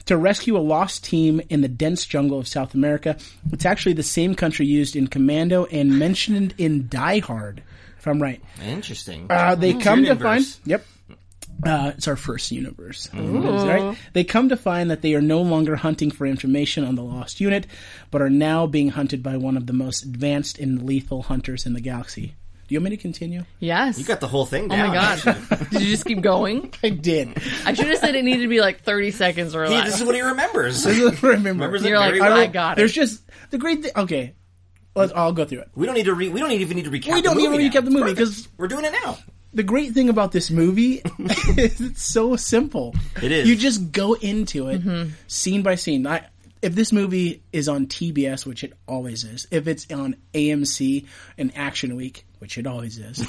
S4: to rescue a lost team in the dense jungle of South America. It's actually the same country used in Commando and mentioned in Die Hard, if I'm right.
S3: Interesting.
S4: Uh, they
S3: Hmm.
S4: come to find.
S3: Universe.
S4: Yep. Uh, it's our first universe. All right. They come to find that they are no longer hunting for information on the lost unit, but are now being hunted by one of the most advanced and lethal hunters in the galaxy. Do you want me to continue?
S2: Yes.
S3: You got the whole thing.
S2: oh my god. did you just keep going?
S4: I did.
S2: I should have said it needed to be like 30 seconds or
S3: this
S2: less.
S3: is what he remembers.
S4: Remember,
S3: Remembers it
S2: You're like,
S3: very
S2: I
S3: well.
S2: re- got it.
S4: there's just the great thing. Okay, let's. I'll go through it.
S3: we don't need to. Re- we don't even need to recap.
S4: We don't
S3: the
S4: need to
S3: movie
S4: recap
S3: now.
S4: the movie
S3: It's perfect.
S4: 'cause-
S3: we're doing it now.
S4: the great thing about this movie is it's so simple.
S3: It is.
S4: You just go into it
S2: Mm-hmm.
S4: scene by scene. I, if this movie is on TBS, which it always is, if it's on AMC and Action Week, which it always is,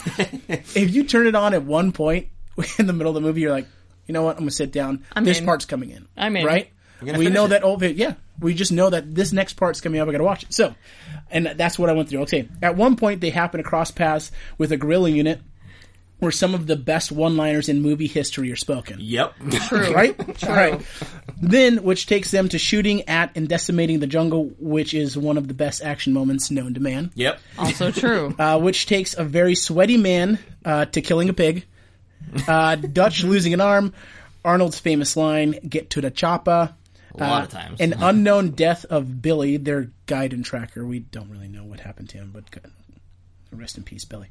S4: if you turn it on at one point in the middle of the movie, you're like, you know what? I'm gonna sit down. this
S2: in.
S4: part's coming in.
S2: I'm in.
S4: Right?
S3: gonna
S4: We
S3: finish
S4: know
S3: it.
S4: that old bit. Yeah, we just know that this next part's coming up. I gotta watch it. So, and that's what I went through. Okay. At one point, they happen to cross paths with a guerrilla unit where some of the best one-liners in movie history are spoken.
S3: Yep.
S2: True.
S4: Right? All right. Then, which takes them to shooting at and decimating the jungle, which is one of the best action moments known to man.
S3: yep.
S2: Also true.
S4: Uh, which takes a very sweaty man uh, to killing a pig. Uh, Dutch losing an arm. Arnold's famous line, "Get to the choppa."
S3: A
S2: Uh,
S3: lot of times.
S4: An unknown death of Billy, their guide and tracker. We don't really know what happened to him, but good. Rest in peace, Billy.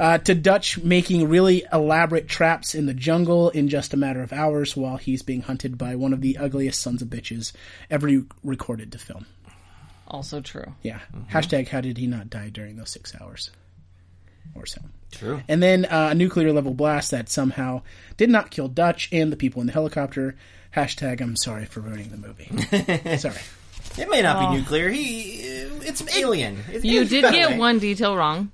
S4: Uh, to Dutch making really elaborate traps in the jungle in just a matter of hours while he's being hunted by one of the ugliest sons of bitches ever recorded to film.
S2: also true.
S4: Yeah.
S3: Mm-hmm.
S4: Hashtag how did he not die during those six hours or so.
S3: True.
S4: And then uh, a nuclear level blast that somehow did not kill Dutch and the people in the helicopter. Hashtag I'm sorry for ruining the movie. sorry.
S3: It may not be nuclear. He. It's alien. It's-
S2: uh, You
S3: it's
S2: did
S3: that
S2: get
S3: way.
S2: one detail wrong.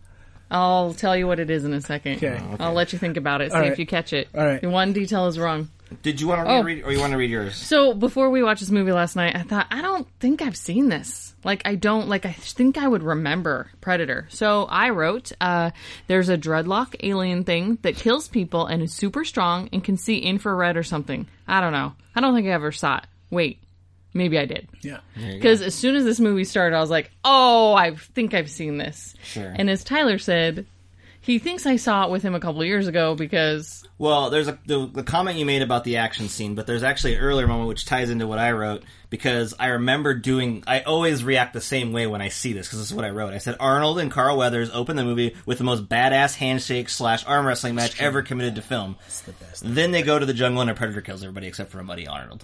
S2: I'll tell you what it is in a second.
S4: Okay. Oh,
S2: I'll let you think about it. See
S4: All
S2: if
S4: right.
S2: you catch it.
S4: All right.
S2: Your One detail is wrong.
S3: Did you want to
S2: Oh.
S3: read, or you want to read yours?
S2: So before we watched this movie last night, I thought I don't think I've seen this. Like I don't like I think I would remember Predator. So I wrote uh, there's a dreadlock alien thing that kills people and is super strong and can see infrared or something. I don't know. I don't think I ever saw it. Wait. Maybe I did.
S4: Yeah.
S2: Because as soon as this movie started, I was like, oh, I think I've seen this.
S3: Sure.
S2: And as Tyler said, he thinks I saw it with him a couple of years ago because
S3: Well, there's a the, the comment you made about the action scene, but there's actually an earlier moment which ties into what I wrote because I remember doing. I always react the same way when I see this because this is what I wrote. I said Arnold and Carl Weathers open the movie with the most badass handshake slash arm wrestling match ever committed to film. It's the
S4: best.
S3: Then they go to the jungle and a predator kills everybody except for a Buddy Arnold.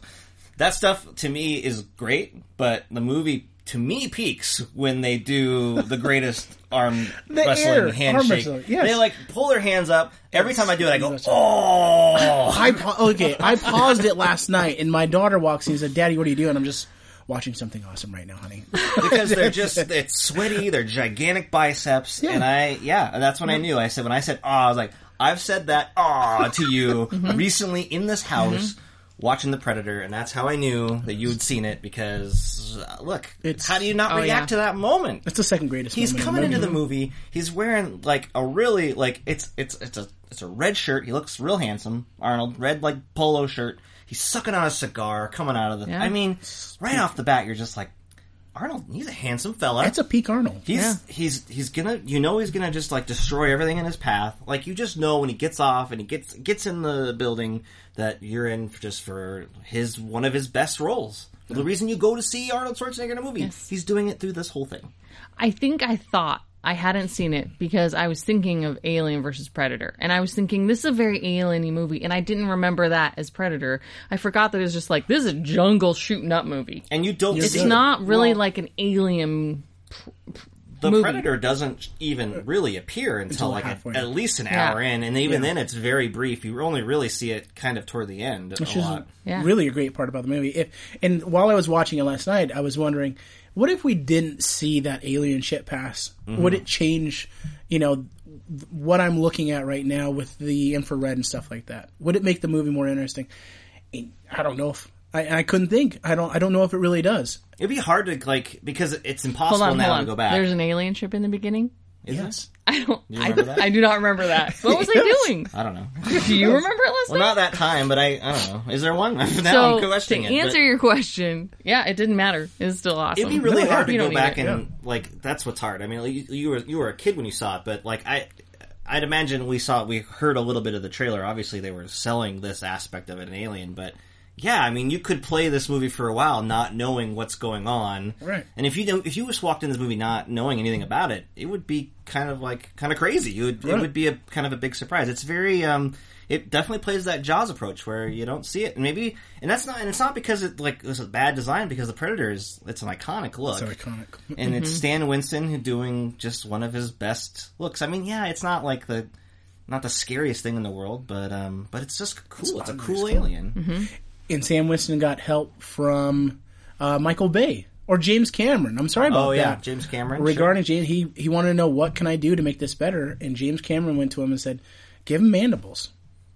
S3: That stuff to me is great, but the movie. To me, peaks when they do the greatest arm
S4: The
S3: wrestling
S4: air, arm
S3: handshake.
S4: wrestling, yes.
S3: They like pull their hands up. Every time I do it, I go, "Oh!"
S4: I pa- okay. I paused it last night, and my daughter walks in and said, "Daddy, what are you doing?" I'm just watching something awesome right now, honey.
S3: because they're just it's sweaty, they're gigantic biceps,
S4: Yeah.
S3: and I yeah, that's when I knew. I said when I said ah, I was like I've said that ah to you recently in this house. Watching the Predator, and that's how I knew that you'd seen it because uh, look,
S4: It's-
S3: how do you not
S2: Oh,
S3: react
S2: yeah.
S3: to that moment?
S4: That's the second greatest.
S3: He's
S4: moment in
S3: coming
S4: the
S3: into
S4: movie.
S3: the movie. He's wearing like a really like it's it's it's a it's a red shirt. He looks real handsome. Arnold red like polo shirt. He's sucking on a cigar coming out of the.
S2: Yeah.
S3: I mean, right off the bat, you're just like Arnold. He's a handsome fella.
S4: That's a peak Arnold.
S3: He's
S2: Yeah.
S3: he's he's gonna you know he's gonna just like destroy everything in his path. Like you just know when he gets off and he gets gets in the building that you're in for just for his one of his best roles. The reason you go to see Arnold Schwarzenegger in a movie, he's doing it through this whole thing.
S2: I think I thought I hadn't seen it because I was thinking of Alien versus Predator. And I was thinking, this is a very alien movie. And I didn't remember that as Predator. I forgot that it was just like, this is a jungle shooting up movie.
S3: And you don't.
S2: It's
S3: see it.
S2: not really
S3: Well,
S2: like an alien.
S3: the
S2: movie.
S3: predator doesn't even really appear until like a,
S4: halfway.
S3: at least an
S2: Yeah.
S3: hour in, and even then it's very brief. You only really see it kind of toward the end a
S4: which is
S3: lot.
S2: Yeah.
S4: really a great part about the movie. If and while I was watching it last night, I was wondering, what if we didn't see that alien ship pass?
S3: Mm-hmm.
S4: Would it change, you know, th- what I'm looking at right now with the infrared and stuff like that? Would it make the movie more interesting? I don't know if I, I couldn't think. I don't. I don't know if it really does.
S3: It'd be hard to like because it's
S2: Hold
S3: impossible
S2: on,
S3: now
S2: hold
S3: to
S2: on.
S3: go back.
S2: There's an alien ship in the beginning.
S3: Is there?
S4: Yes.
S2: I don't. I,
S3: remember that?
S2: I do not remember that. What was I doing?
S3: I don't know.
S2: Do you remember it last
S3: Well,
S2: night?
S3: not that time, but I, I don't know. Is there one? now I'm
S2: so to
S3: questioning it.
S2: answer
S3: but
S2: your question, yeah, it didn't matter. It's still awesome.
S3: it'd be really
S2: No,
S3: hard to
S2: you
S3: go
S2: don't need
S3: back
S2: it.
S3: and like that's what's hard. I mean, like, you, you were you were a kid when you saw it, but like I, I'd imagine we saw we heard a little bit of the trailer. Obviously, they were selling this aspect of it in Alien, but. Yeah, I mean, you could play this movie for a while not knowing what's going on,
S4: Right.
S3: And if you don't, if you just walked in this movie not knowing anything about it, it would be kind of like kind of crazy. You would, It
S4: Right.
S3: would be a kind of a big surprise. It's very, um, it definitely plays that Jaws approach where you don't see it, and maybe, and that's not, and it's not because it like this is bad design because the Predator is it's an iconic look,
S4: So iconic.
S3: and it's Stan Winston who doing just one of his best looks. I mean, yeah, it's not like the not the scariest thing in the world, but um, but it's just cool. It's, a cool alien.
S4: And Sam Winston got help from uh, Michael Bay or James Cameron. I'm sorry about
S3: Oh yeah,
S4: that.
S3: James Cameron. sure.
S4: regarding James, he he wanted to know what can I do to make this better, and James Cameron went to him and said, "Give him mandibles,"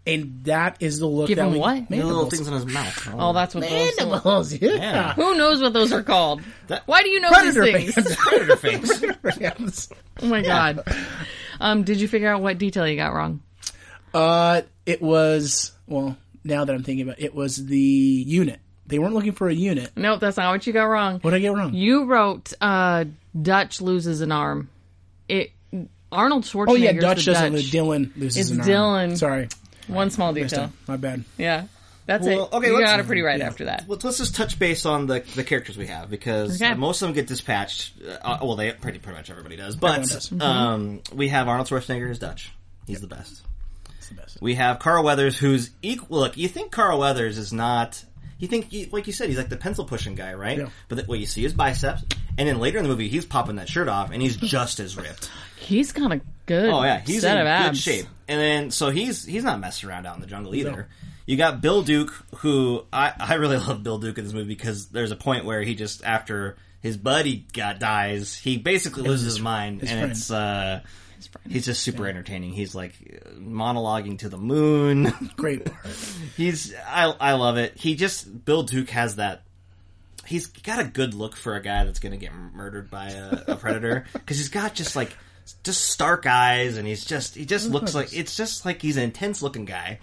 S4: and that is the look.
S2: Give
S4: that
S2: him
S4: we-
S2: what?
S3: The little
S4: Mandibles.
S3: things in his mouth.
S2: Oh, that's what those.
S4: Mandibles. Yeah.
S3: Yeah.
S2: Who knows what those are called?
S3: That-
S2: Why do you know
S4: Predator
S2: these things?
S4: fans.
S3: predator face.
S2: Oh my god. Um, did you figure out what detail you got wrong?
S4: Uh, it was well. Now that I'm thinking about, it, it was the unit. They weren't looking for a unit.
S2: Nope, that's not what you got wrong.
S4: What did I get wrong?
S2: You wrote uh, Dutch loses an arm. It Arnold Schwarzenegger.
S4: oh yeah, Dutch
S2: the
S4: doesn't.
S2: Dutch.
S4: lose. Dylan
S2: It's
S4: loses. an arm.
S2: Dylan.
S4: Sorry,
S2: One small detail.
S4: my bad.
S2: Yeah, that's
S3: Well,
S2: it.
S3: okay,
S2: you
S3: let's-
S2: got it pretty right after that.
S3: Let's, let's just touch base on the the characters we have because
S2: Okay.
S3: uh, most of them get dispatched. Uh, well, they pretty pretty much everybody does, but
S4: Everyone does. Mm-hmm.
S3: Um, we have Arnold Schwarzenegger who's Dutch. He's the best.
S4: It's the best.
S3: We have Carl Weathers who's equal. Look, you think Carl Weathers is not. You think, you- like you said, he's like the pencil pushing guy, right?
S4: Yeah.
S3: But th- what you see is biceps, and then later in the movie, he's popping that shirt off, and he's just as ripped.
S2: He's got a good.
S3: Oh yeah, he's
S2: set
S3: in
S2: of abs.
S3: good shape. And then so he's he's not messing around out in the jungle either. You got Bill Duke, who I I really love Bill Duke in this movie because there's a point where he just after his buddy got dies, he basically loses his, mind, and
S4: friend.
S3: it's uh. He's just super entertaining. He's like uh, monologuing to the moon.
S4: Great part.
S3: he's I I love it. He just Bill Duke has that. He's got a good look for a guy that's going to get murdered by a, a predator because he's got just like just stark eyes and he's just he just looks like it's just like he's an intense looking guy.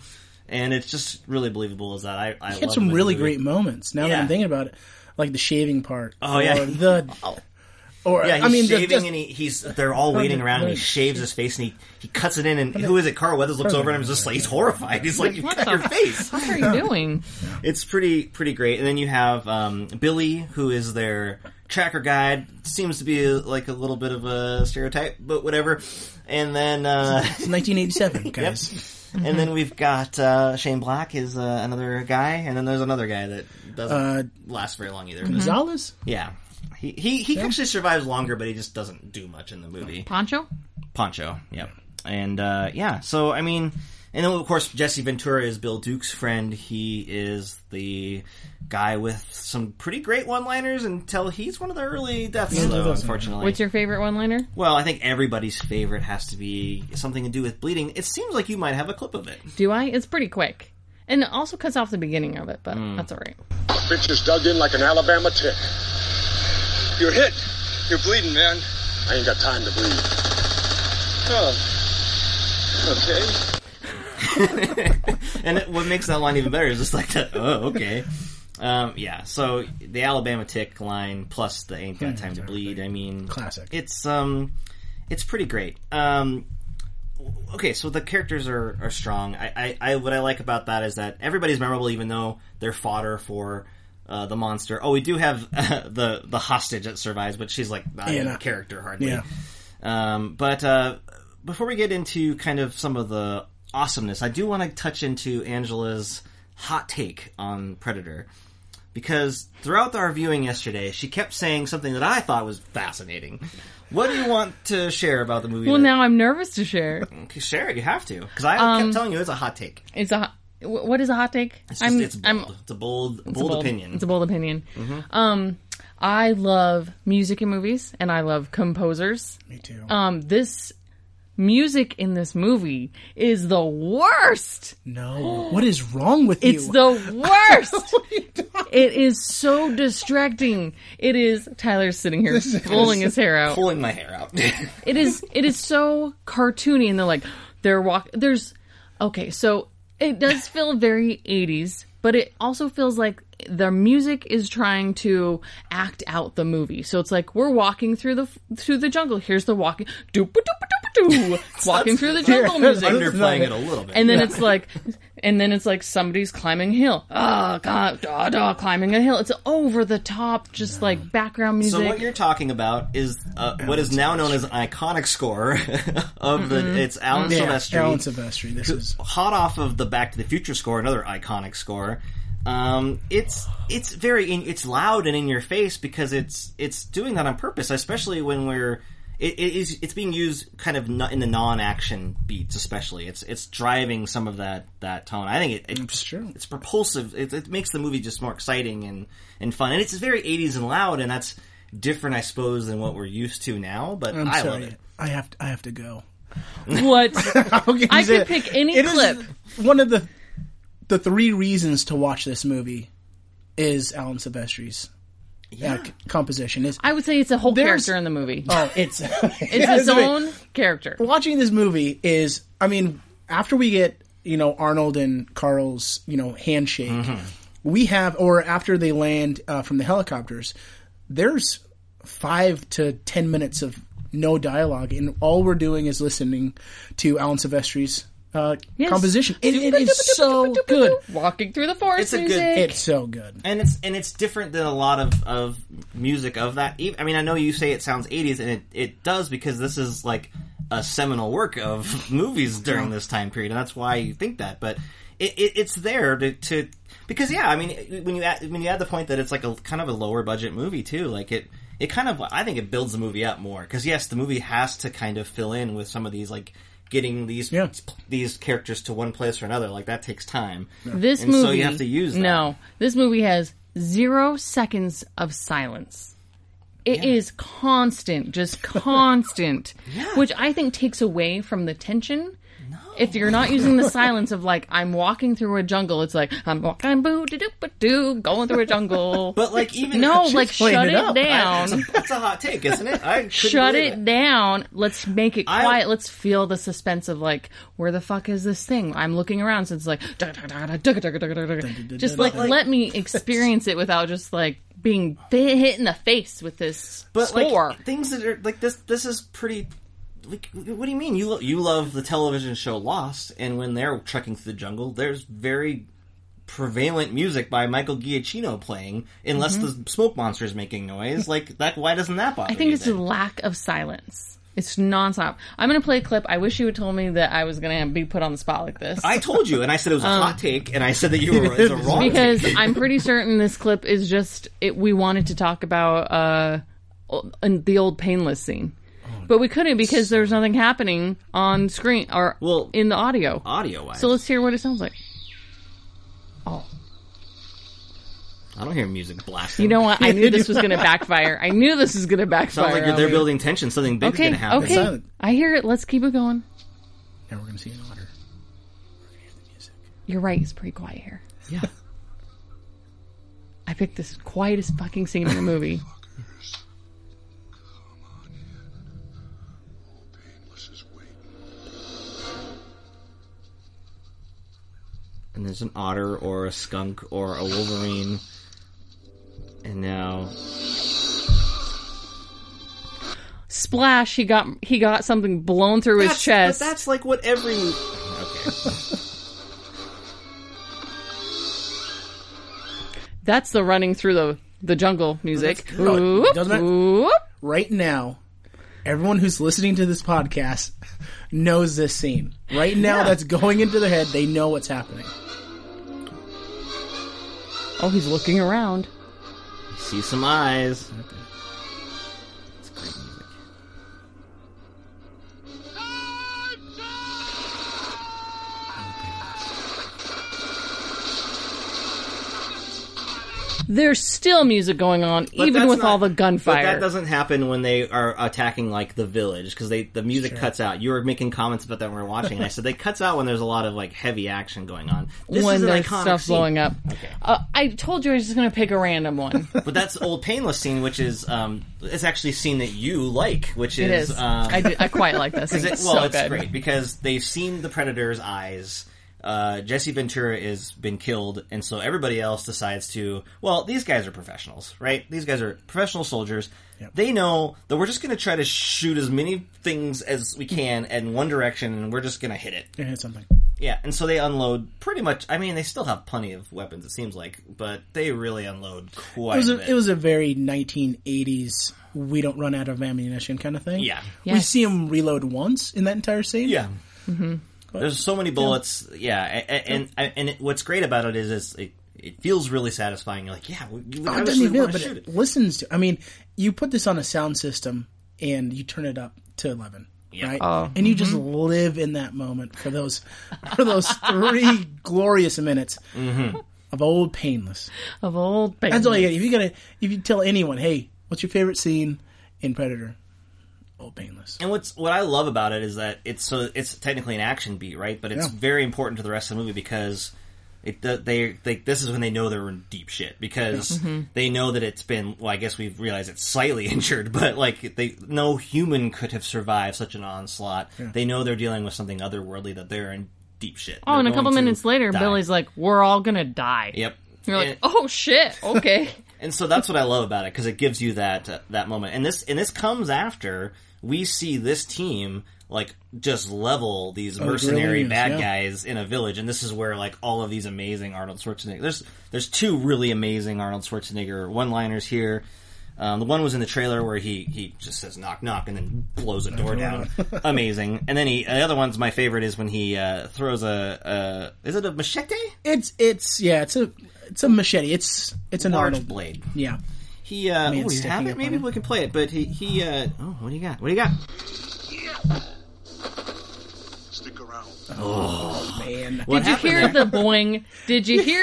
S3: and it's just really believable. Is that I, I
S4: He had
S3: love
S4: some
S3: the
S4: really
S3: movie.
S4: great moments. Now that
S3: Yeah.
S4: I'm thinking about it, like the shaving part.
S3: Oh, yeah.
S4: or the or
S3: Yeah, he's
S4: I mean, the-
S3: shaving
S4: just-
S3: and he, he's they're all waiting around and he shaves his face and he, he cuts it in and who is it? Carl Weathers looks over and I'm just like he's horrified. He's like, You
S2: What
S3: cut
S2: the
S3: your face.
S2: What are you doing?
S3: It's pretty pretty great. And then you have um, Billy, who is their tracker guide. Seems to be like a little bit of a stereotype, but whatever. And then uh,
S4: 1987 guys.
S3: and then we've got uh, Shane Black is uh, another guy, and then there's another guy that doesn't
S4: Uh,
S2: Mm-hmm.
S4: mm-hmm.
S3: last very long either. but-
S4: Gonzalez.
S3: Yeah. He, he, he actually survives longer, but he just doesn't do much in the movie.
S2: Poncho?
S3: Poncho. Yep. And uh, yeah, so I mean, and then of course Jesse Ventura is Bill Duke's friend. He is the guy with some pretty great one-liners until he's one of the early deaths, though,
S4: those-
S3: unfortunately.
S2: What's your favorite one liner?
S3: well, I think everybody's favorite has to be something to do with bleeding. It seems like you might have a clip of it.
S2: Do I? It's pretty quick. And it also cuts off the beginning of it, but
S3: Hmm.
S2: that's all right.
S5: Bitch is dug in like an Alabama tick.
S1: You're hit. You're bleeding, man.
S5: I ain't got time to bleed.
S1: Oh. Okay.
S3: and it, what makes that line even better is just like that. Oh, okay. Um, yeah. So the Alabama tick line plus the ain't got time to bleed. I mean,
S4: Classic.
S3: It's um, it's pretty great. Um, okay. So the characters are are strong. I, I, I what I like about that is that everybody's memorable, even though they're fodder for. Uh, the monster. Oh, we do have uh, the the hostage that survives, but she's like not even
S4: Anna.
S3: a character hardly.
S4: Yeah.
S3: Um, but uh, before we get into kind of some of the awesomeness, I do want to touch into Angela's hot take on Predator. Because throughout our viewing yesterday, she kept saying something that I thought was fascinating. What do you want to share about the movie?
S2: Well,
S3: that-
S2: now Um, I'm nervous to share.
S3: share it. You have to, because I kept telling you it's a hot take.
S2: It's a hot- wh- what is a hot take?
S3: It's, just, it's bold. it's a bold, bold,
S2: it's a
S3: opinion. Mm-hmm.
S2: It's a bold opinion. Um, I love music in movies, and I love composers.
S4: Me too.
S2: Um, this music in this movie is the worst.
S4: no, what is wrong with
S2: It's
S4: you?
S2: the worst. it is so distracting. It is Tyler's sitting here pulling his hair out.
S3: Pulling my hair out.
S2: It is it is so cartoony, and they're like they're walk. There's okay, so it does feel very '80s, but it also feels like the music is trying to act out the movie. So it's like we're walking through the through the jungle. Here's the walking doop doop doop doo walking through the jungle music.
S3: Underplaying it a little bit.
S2: And then it's like, and then it's like somebody's climbing a hill. Ah, god, da, da, climbing a hill. It's over the top, just like background music.
S3: So what you're talking about is uh, what is now known as an iconic score of the. It's Alan
S4: yeah,
S3: Silvestri,
S4: Alan Silvestri. This is
S3: hot off of the Back to the Future score, another iconic score. Um, it's it's very in, it's loud and in your face because it's it's doing that on purpose, especially when we're. It, it is. It's being used kind of not in the non-action beats, especially. It's it's driving some of that that tone. I think it, it
S4: true.
S3: it's propulsive. It, it makes the movie just more exciting and, and fun. And it's very 80s and loud, and that's different, I suppose, than what we're used to now. But
S4: I'm
S3: I
S4: sorry.
S3: love it.
S4: I have to, I have to go.
S2: what?
S4: Okay,
S2: I
S4: so
S2: could pick any
S4: it is
S2: clip.
S4: one of the the three reasons to watch this movie is Alan Silvestri's
S3: Yeah.
S4: uh, c- composition. Is
S2: I would say it's a whole
S4: There's-
S2: character in the movie.
S4: oh, it's
S2: It's
S4: Yeah,
S2: his
S4: the thing.
S2: own character.
S4: Watching this movie is, I mean, after we get you know Arnold and Carl's you know handshake, we have, or after they land uh, from the helicopters, there's five to ten minutes of no dialogue, and all we're doing is listening to Alan Silvestri's uh,
S2: Yes.
S4: composition. And it is so good.
S2: Walking through the forest
S3: It's a good-
S2: music.
S4: It's so good.
S3: And it's and it's different than a lot of, of music of that. e- I mean, I know you say it sounds 80s, and it, it does because this is like a seminal work of movies during this time period, and that's why you think that. But it, it, it's there to, to because yeah, I mean, when you add, when you add the point that it's like a kind of a lower budget movie too, like it it kind of I think it builds the movie up more because yes, the movie has to kind of fill in with some of these like getting these
S4: Yeah.
S3: these characters to one place or another like that takes time.
S2: this
S3: and so
S2: movie.
S3: you have to use that.
S2: No, this movie has zero seconds of silence. It is constant, just constant, which I think takes away from the tension if you're not using the silence of like I'm walking through a jungle, it's like I'm walking boo doo doo doo going through a jungle.
S3: But like even
S2: no,
S3: She's
S2: like
S4: playing
S2: shut
S4: it
S2: it,
S4: up.
S2: down.
S3: That's a, that's a hot take, isn't it? I couldn't
S2: Shut
S3: believe
S2: it, down. Let's make it
S3: I-
S2: quiet. Let's feel the suspense of like, where the fuck is this thing? I'm looking around since like, just like
S3: But, like-
S2: let me experience it without just like being bit hit in the face with this
S3: But
S2: score.
S3: like things that are like this. This is pretty. Like, what do you mean? You lo- you love the television show Lost, and when they're trekking through the jungle, there's very prevalent music by Michael Giacchino playing, unless the smoke monster is making noise. Like that. Why doesn't that bother?
S2: Mm-hmm. I think
S3: you
S2: it's
S3: then?
S2: the lack of silence. It's nonstop. I'm gonna play a clip. I wish you had told me that I was gonna be put on the spot like this.
S3: I told you, and I said it was a hot take, and I said that you were it's a wrong.
S2: Um,
S3: take.
S2: because I'm pretty certain this clip is just it, we wanted to talk about uh, o- and the old painless scene, but we couldn't because there was nothing happening on screen or
S3: Well,
S2: in the audio.
S3: audio wise,
S2: So let's hear what it sounds like. Oh,
S3: I don't hear music blasting.
S2: you know what? I knew this was going to backfire. I knew this was going to backfire.
S3: Sounds like you're,
S2: on
S3: they're
S2: me.
S3: building tension. Something big's
S2: Okay,
S3: gonna happen.
S2: okay.
S4: Silent.
S2: I hear it. Let's keep it going.
S4: Now we're going to see an otter. We're gonna hear the music.
S2: You're right. It's pretty quiet here.
S3: Yeah.
S2: I picked this quietest fucking scene in the movie.
S3: and there's an otter or a skunk or a wolverine. And now,
S2: Splash! He got he got something blown through his chest.
S3: But that's like what every. Okay.
S2: That's the running through the the jungle music.
S4: it
S3: Oh,
S2: Whoop,
S4: doesn't matter.
S2: whoop.
S4: Right now, everyone who's listening to this podcast knows this scene. Right now, that's going into their head. They know what's happening.
S2: Oh, he's looking around.
S3: You see some eyes. It's great music.
S2: There's still music going on,
S3: But
S2: even
S3: that's
S2: with
S3: not-
S2: all the
S3: But
S2: gunfire.
S3: that doesn't happen when they are attacking like the village because they the music cuts out. You were making comments about that when we were watching. and I said they cuts out when there's a lot of like heavy action going on. This
S2: when
S3: is an
S2: there's
S3: iconic
S2: stuff
S3: scene.
S2: blowing up. Uh, I told you I was just going to pick a random one.
S3: But that's old painless scene, which is um, it's actually a scene that you like, which
S2: It
S3: is,
S2: is.
S3: Um,
S2: I, do, I quite like this.
S3: Is it-
S2: It's
S3: well,
S2: so
S3: it's
S2: good.
S3: great because they've seen the predator's eyes. Uh, Jesse Ventura has been killed, and so everybody else decides to. Well, these guys are professionals, right? These guys are professional soldiers. They know that we're just going to try to shoot as many things as we can in one direction, and we're just going to hit it.
S4: They hit something.
S3: Yeah, and so they unload pretty much. I mean, they still have plenty of weapons, it seems like, but they really unload quite.
S4: It was
S3: a,
S4: a,
S3: bit.
S4: it was a very 1980s. We don't run out of ammunition kind of thing.
S3: Yeah.
S4: We
S2: Yes.
S4: see him reload once in that entire scene.
S3: Yeah.
S2: Mm-hmm.
S3: There's so many bullets. Yeah, a- a- and and, and it, what's great about it is, is it, it feels really satisfying. You're like, yeah, we, we
S4: It doesn't
S3: obviously
S4: even do it,
S3: want to
S4: but
S3: shoot
S4: it
S3: it.
S4: listens to. I mean, you put this on a sound system and you turn it up to eleven, right? and you just live in that moment for those for those three glorious minutes
S3: Mm-hmm.
S4: of old painless.
S2: Of old
S4: That's all
S2: Bailey.
S4: you got. If you gotta, if you tell anyone, hey, what's your favorite scene in Predator? Old painless.
S3: And what's what I love about it is that it's so it's technically an action beat, right? But it's
S4: Yeah.
S3: very important to the rest of the movie because it th- they they this is when they know they're in deep shit because
S2: Mm-hmm.
S3: they know that it's been. Well, I guess we've realized it's slightly injured, but like they no human could have survived such an onslaught. They know they're dealing with something otherworldly that they're in deep shit.
S2: Oh, and a couple minutes later,
S3: Billy's.
S2: Billy's like, "We're all going to die."
S3: Yep.
S2: You're like,
S3: and,
S2: "Oh shit, okay."
S3: and so that's what I love about it because it gives you that uh, that moment. And this and this comes after we see this team like just level these mercenary
S4: guerrillas,
S3: bad
S4: Oh, yeah.
S3: guys in a village. And this is where like all of these amazing Arnold Schwarzenegger. There's there's two really amazing Arnold Schwarzenegger one liners here. Um, the one was in the trailer where he, he just says knock knock and then blows a door down. Amazing. And then he the other one's my favorite is when he uh, throws a, a is it a machete?
S4: It's it's yeah, it's a it's a machete. It's it's an
S3: Large
S4: Arnold.
S3: blade.
S4: Yeah.
S3: He uh,
S4: Man
S3: ooh, you
S4: sticking
S3: have
S4: up
S3: it.
S4: on
S3: Maybe
S4: him.
S3: we can play it. But he he. Uh, oh, what do you got? What do you got?
S6: Stick around.
S4: Man.
S3: What
S2: Did you
S3: happened
S2: hear
S3: there?
S2: the boing? Did you hear?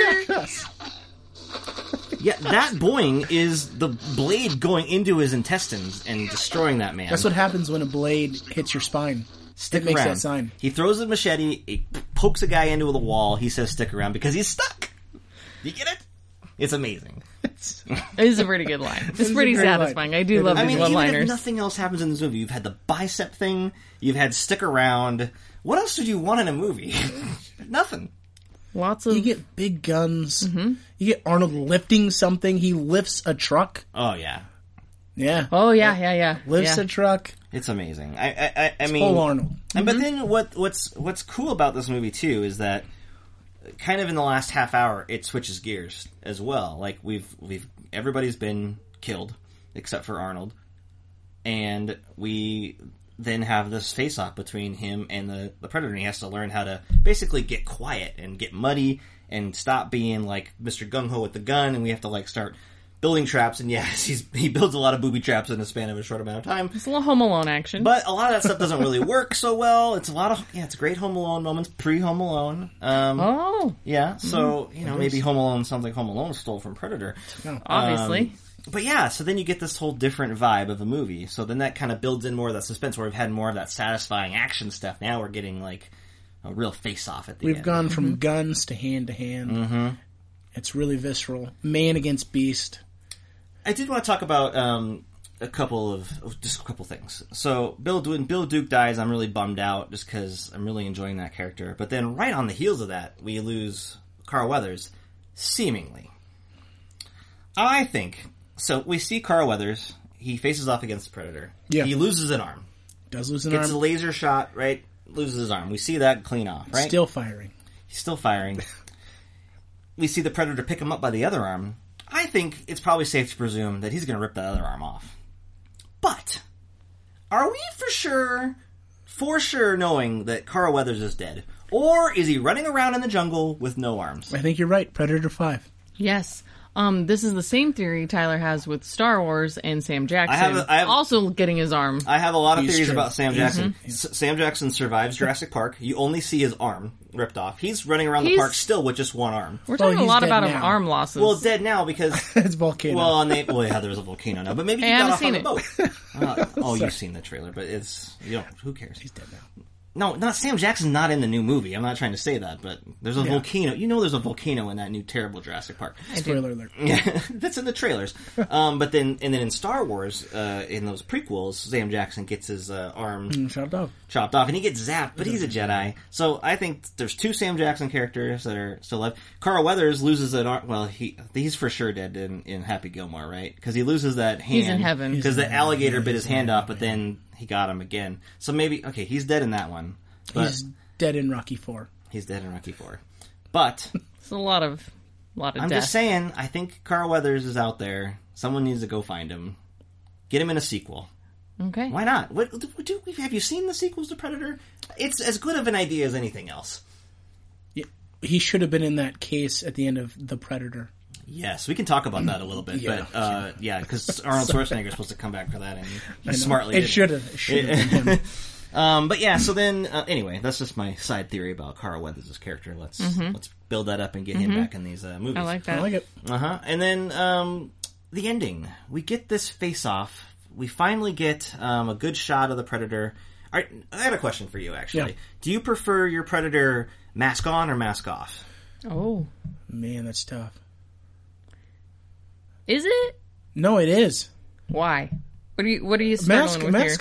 S3: Yeah, that boing is the blade going into his intestines and destroying that man.
S4: That's what happens when a blade hits your spine.
S3: Stick
S4: It makes that
S3: around.
S4: sign.
S3: He throws the machete. It pokes a guy into the wall. He says, "Stick around," because he's stuck. You get it? It's amazing.
S2: It is a pretty good line. It's
S4: a
S2: pretty
S4: great line.
S2: satisfying. I
S4: It
S2: do love these
S4: is. I
S3: mean, even if
S2: one-liners.
S3: nothing else happens in this movie, you've had the bicep thing, you've had stick around. What else did you want in a movie? nothing.
S2: Lots of
S4: You get big guns.
S3: Mm-hmm.
S4: You get Arnold lifting something. He lifts a truck.
S3: Oh yeah,
S4: Yeah.
S2: oh yeah, yeah, yeah.
S4: lifts
S2: yeah.
S4: a truck.
S3: it's amazing. I I, I, I mean,
S4: Full Arnold.
S3: And but then what what's what's cool about this movie too is that kind of in the last half hour it switches gears as well. Like we've we've everybody's been killed except for Arnold, and we then have this face off between him and the, the predator and he has to learn how to basically get quiet and get muddy and stop being like Mr. Gung Ho with the gun and we have to like start building traps and yes he's he builds a lot of booby traps in the span of a short amount of time
S2: It's a little Home Alone action.
S3: but a lot of that stuff doesn't really work so well. It's a lot of yeah, it's great Home Alone moments, pre Home Alone. Um,
S2: oh,
S3: yeah, so you know maybe Home Alone something Home Alone stole from Predator.
S2: obviously.
S3: But yeah, so then you get this whole different vibe of a movie. So then that kind of builds in more of that suspense. Where we've had more of that satisfying action stuff. Now we're getting like a real face off at the
S4: We've
S3: end.
S4: gone from guns to hand to hand.
S3: Mm-hmm.
S4: It's really visceral. Man against beast.
S3: I did want to talk about um, a couple of just a couple things. So Bill Du- when Bill Duke dies, I'm really bummed out just because I'm really enjoying that character. But then right on the heels of that, we lose Carl Weathers, seemingly. I think so. We see Carl Weathers. He faces off against the Predator.
S4: Yeah.
S3: He loses an arm.
S4: Does lose an
S3: Gets a
S4: arm.
S3: laser shot. Right. Loses his arm. We see that clean off. Right.
S4: Still firing.
S3: He's still firing. we see the predator pick him up by the other arm. I think it's probably safe to presume that he's going to rip that other arm off. But are we for sure, for sure knowing that Carl Weathers is dead, or is he running around in the jungle with no arms?
S4: I think you're right. Predator 5.
S2: Yes. Um, this is the same theory Tyler has with Star Wars and Sam Jackson.
S3: I have a- I have-
S2: also getting his arm.
S3: I have a lot of
S4: He's
S3: theories
S4: true.
S3: about Sam Jackson. S- Sam Jackson survives Jurassic Park. You only see his arm ripped off. He's running around the
S2: He's-
S3: park still with just one arm.
S2: We're talking a
S4: Oh, he's
S2: lot
S4: dead
S2: about
S4: now.
S2: arm losses.
S3: Well, dead now because
S4: It's volcano.
S3: Well, and they, well, yeah, there's a volcano now, but maybe he
S2: I
S3: got off on the
S2: haven't
S3: boat. Uh, oh, you've seen the trailer, but it's you know who cares? He's dead now. No, not Sam Jackson's not in the new movie. I'm not trying to say that, but there's a volcano. You know, there's a volcano in that new terrible Jurassic Park.
S4: Spoiler alert.
S3: That's in the trailers. Um, but then, and then in Star Wars, uh, in those prequels, Sam Jackson gets his uh, arm
S4: Chopped off.
S3: chopped off, and he gets zapped, but he's a
S2: Mm-hmm.
S3: Jedi. So I think there's two Sam Jackson characters that are still left. Carl Weathers loses an arm. Well, he he's for sure dead in, in Happy Gilmore, right? Because he loses that hand.
S2: in heaven.
S3: Because the alligator bit his hand off, but then he got him again. So maybe okay, he's dead in that one. But
S4: He's Uh, dead in Rocky 4.
S3: he's dead in Rocky Four. But
S2: it's a lot of, lot of
S3: I'm
S2: death.
S3: just saying, I think Carl Weathers is out there. Someone needs to go find him. Get him in a sequel.
S2: okay.
S3: Why not? What, do, have you seen the sequels to Predator? It's as good of an idea as anything else.
S4: Yeah. He should have been in that case at the end of The Predator.
S3: Yes, we can talk about that a little bit,
S4: Yeah.
S3: but uh, yeah, because Arnold Schwarzenegger is supposed to come back for that, and he
S4: I know.
S3: smartly
S4: It
S3: didn't.
S4: should have. It should have been him.
S3: Um, but yeah, so then uh, anyway, that's just my side theory about Carl Weathers' character. Let's let's build that up and get him back in these uh, movies.
S2: Mm-hmm. I like
S4: I
S2: that.
S4: like it.
S3: Uh huh. And then um, the ending. We get this face off. We finally get um, a good shot of the predator. All right, I had a question for you actually.
S4: Yeah.
S3: Do you prefer your predator mask on or mask off?
S2: Oh,
S4: Man, that's tough.
S2: is it?
S4: No, it is.
S2: Why? What are you? What are you
S4: Mask,
S2: struggling with
S4: mask,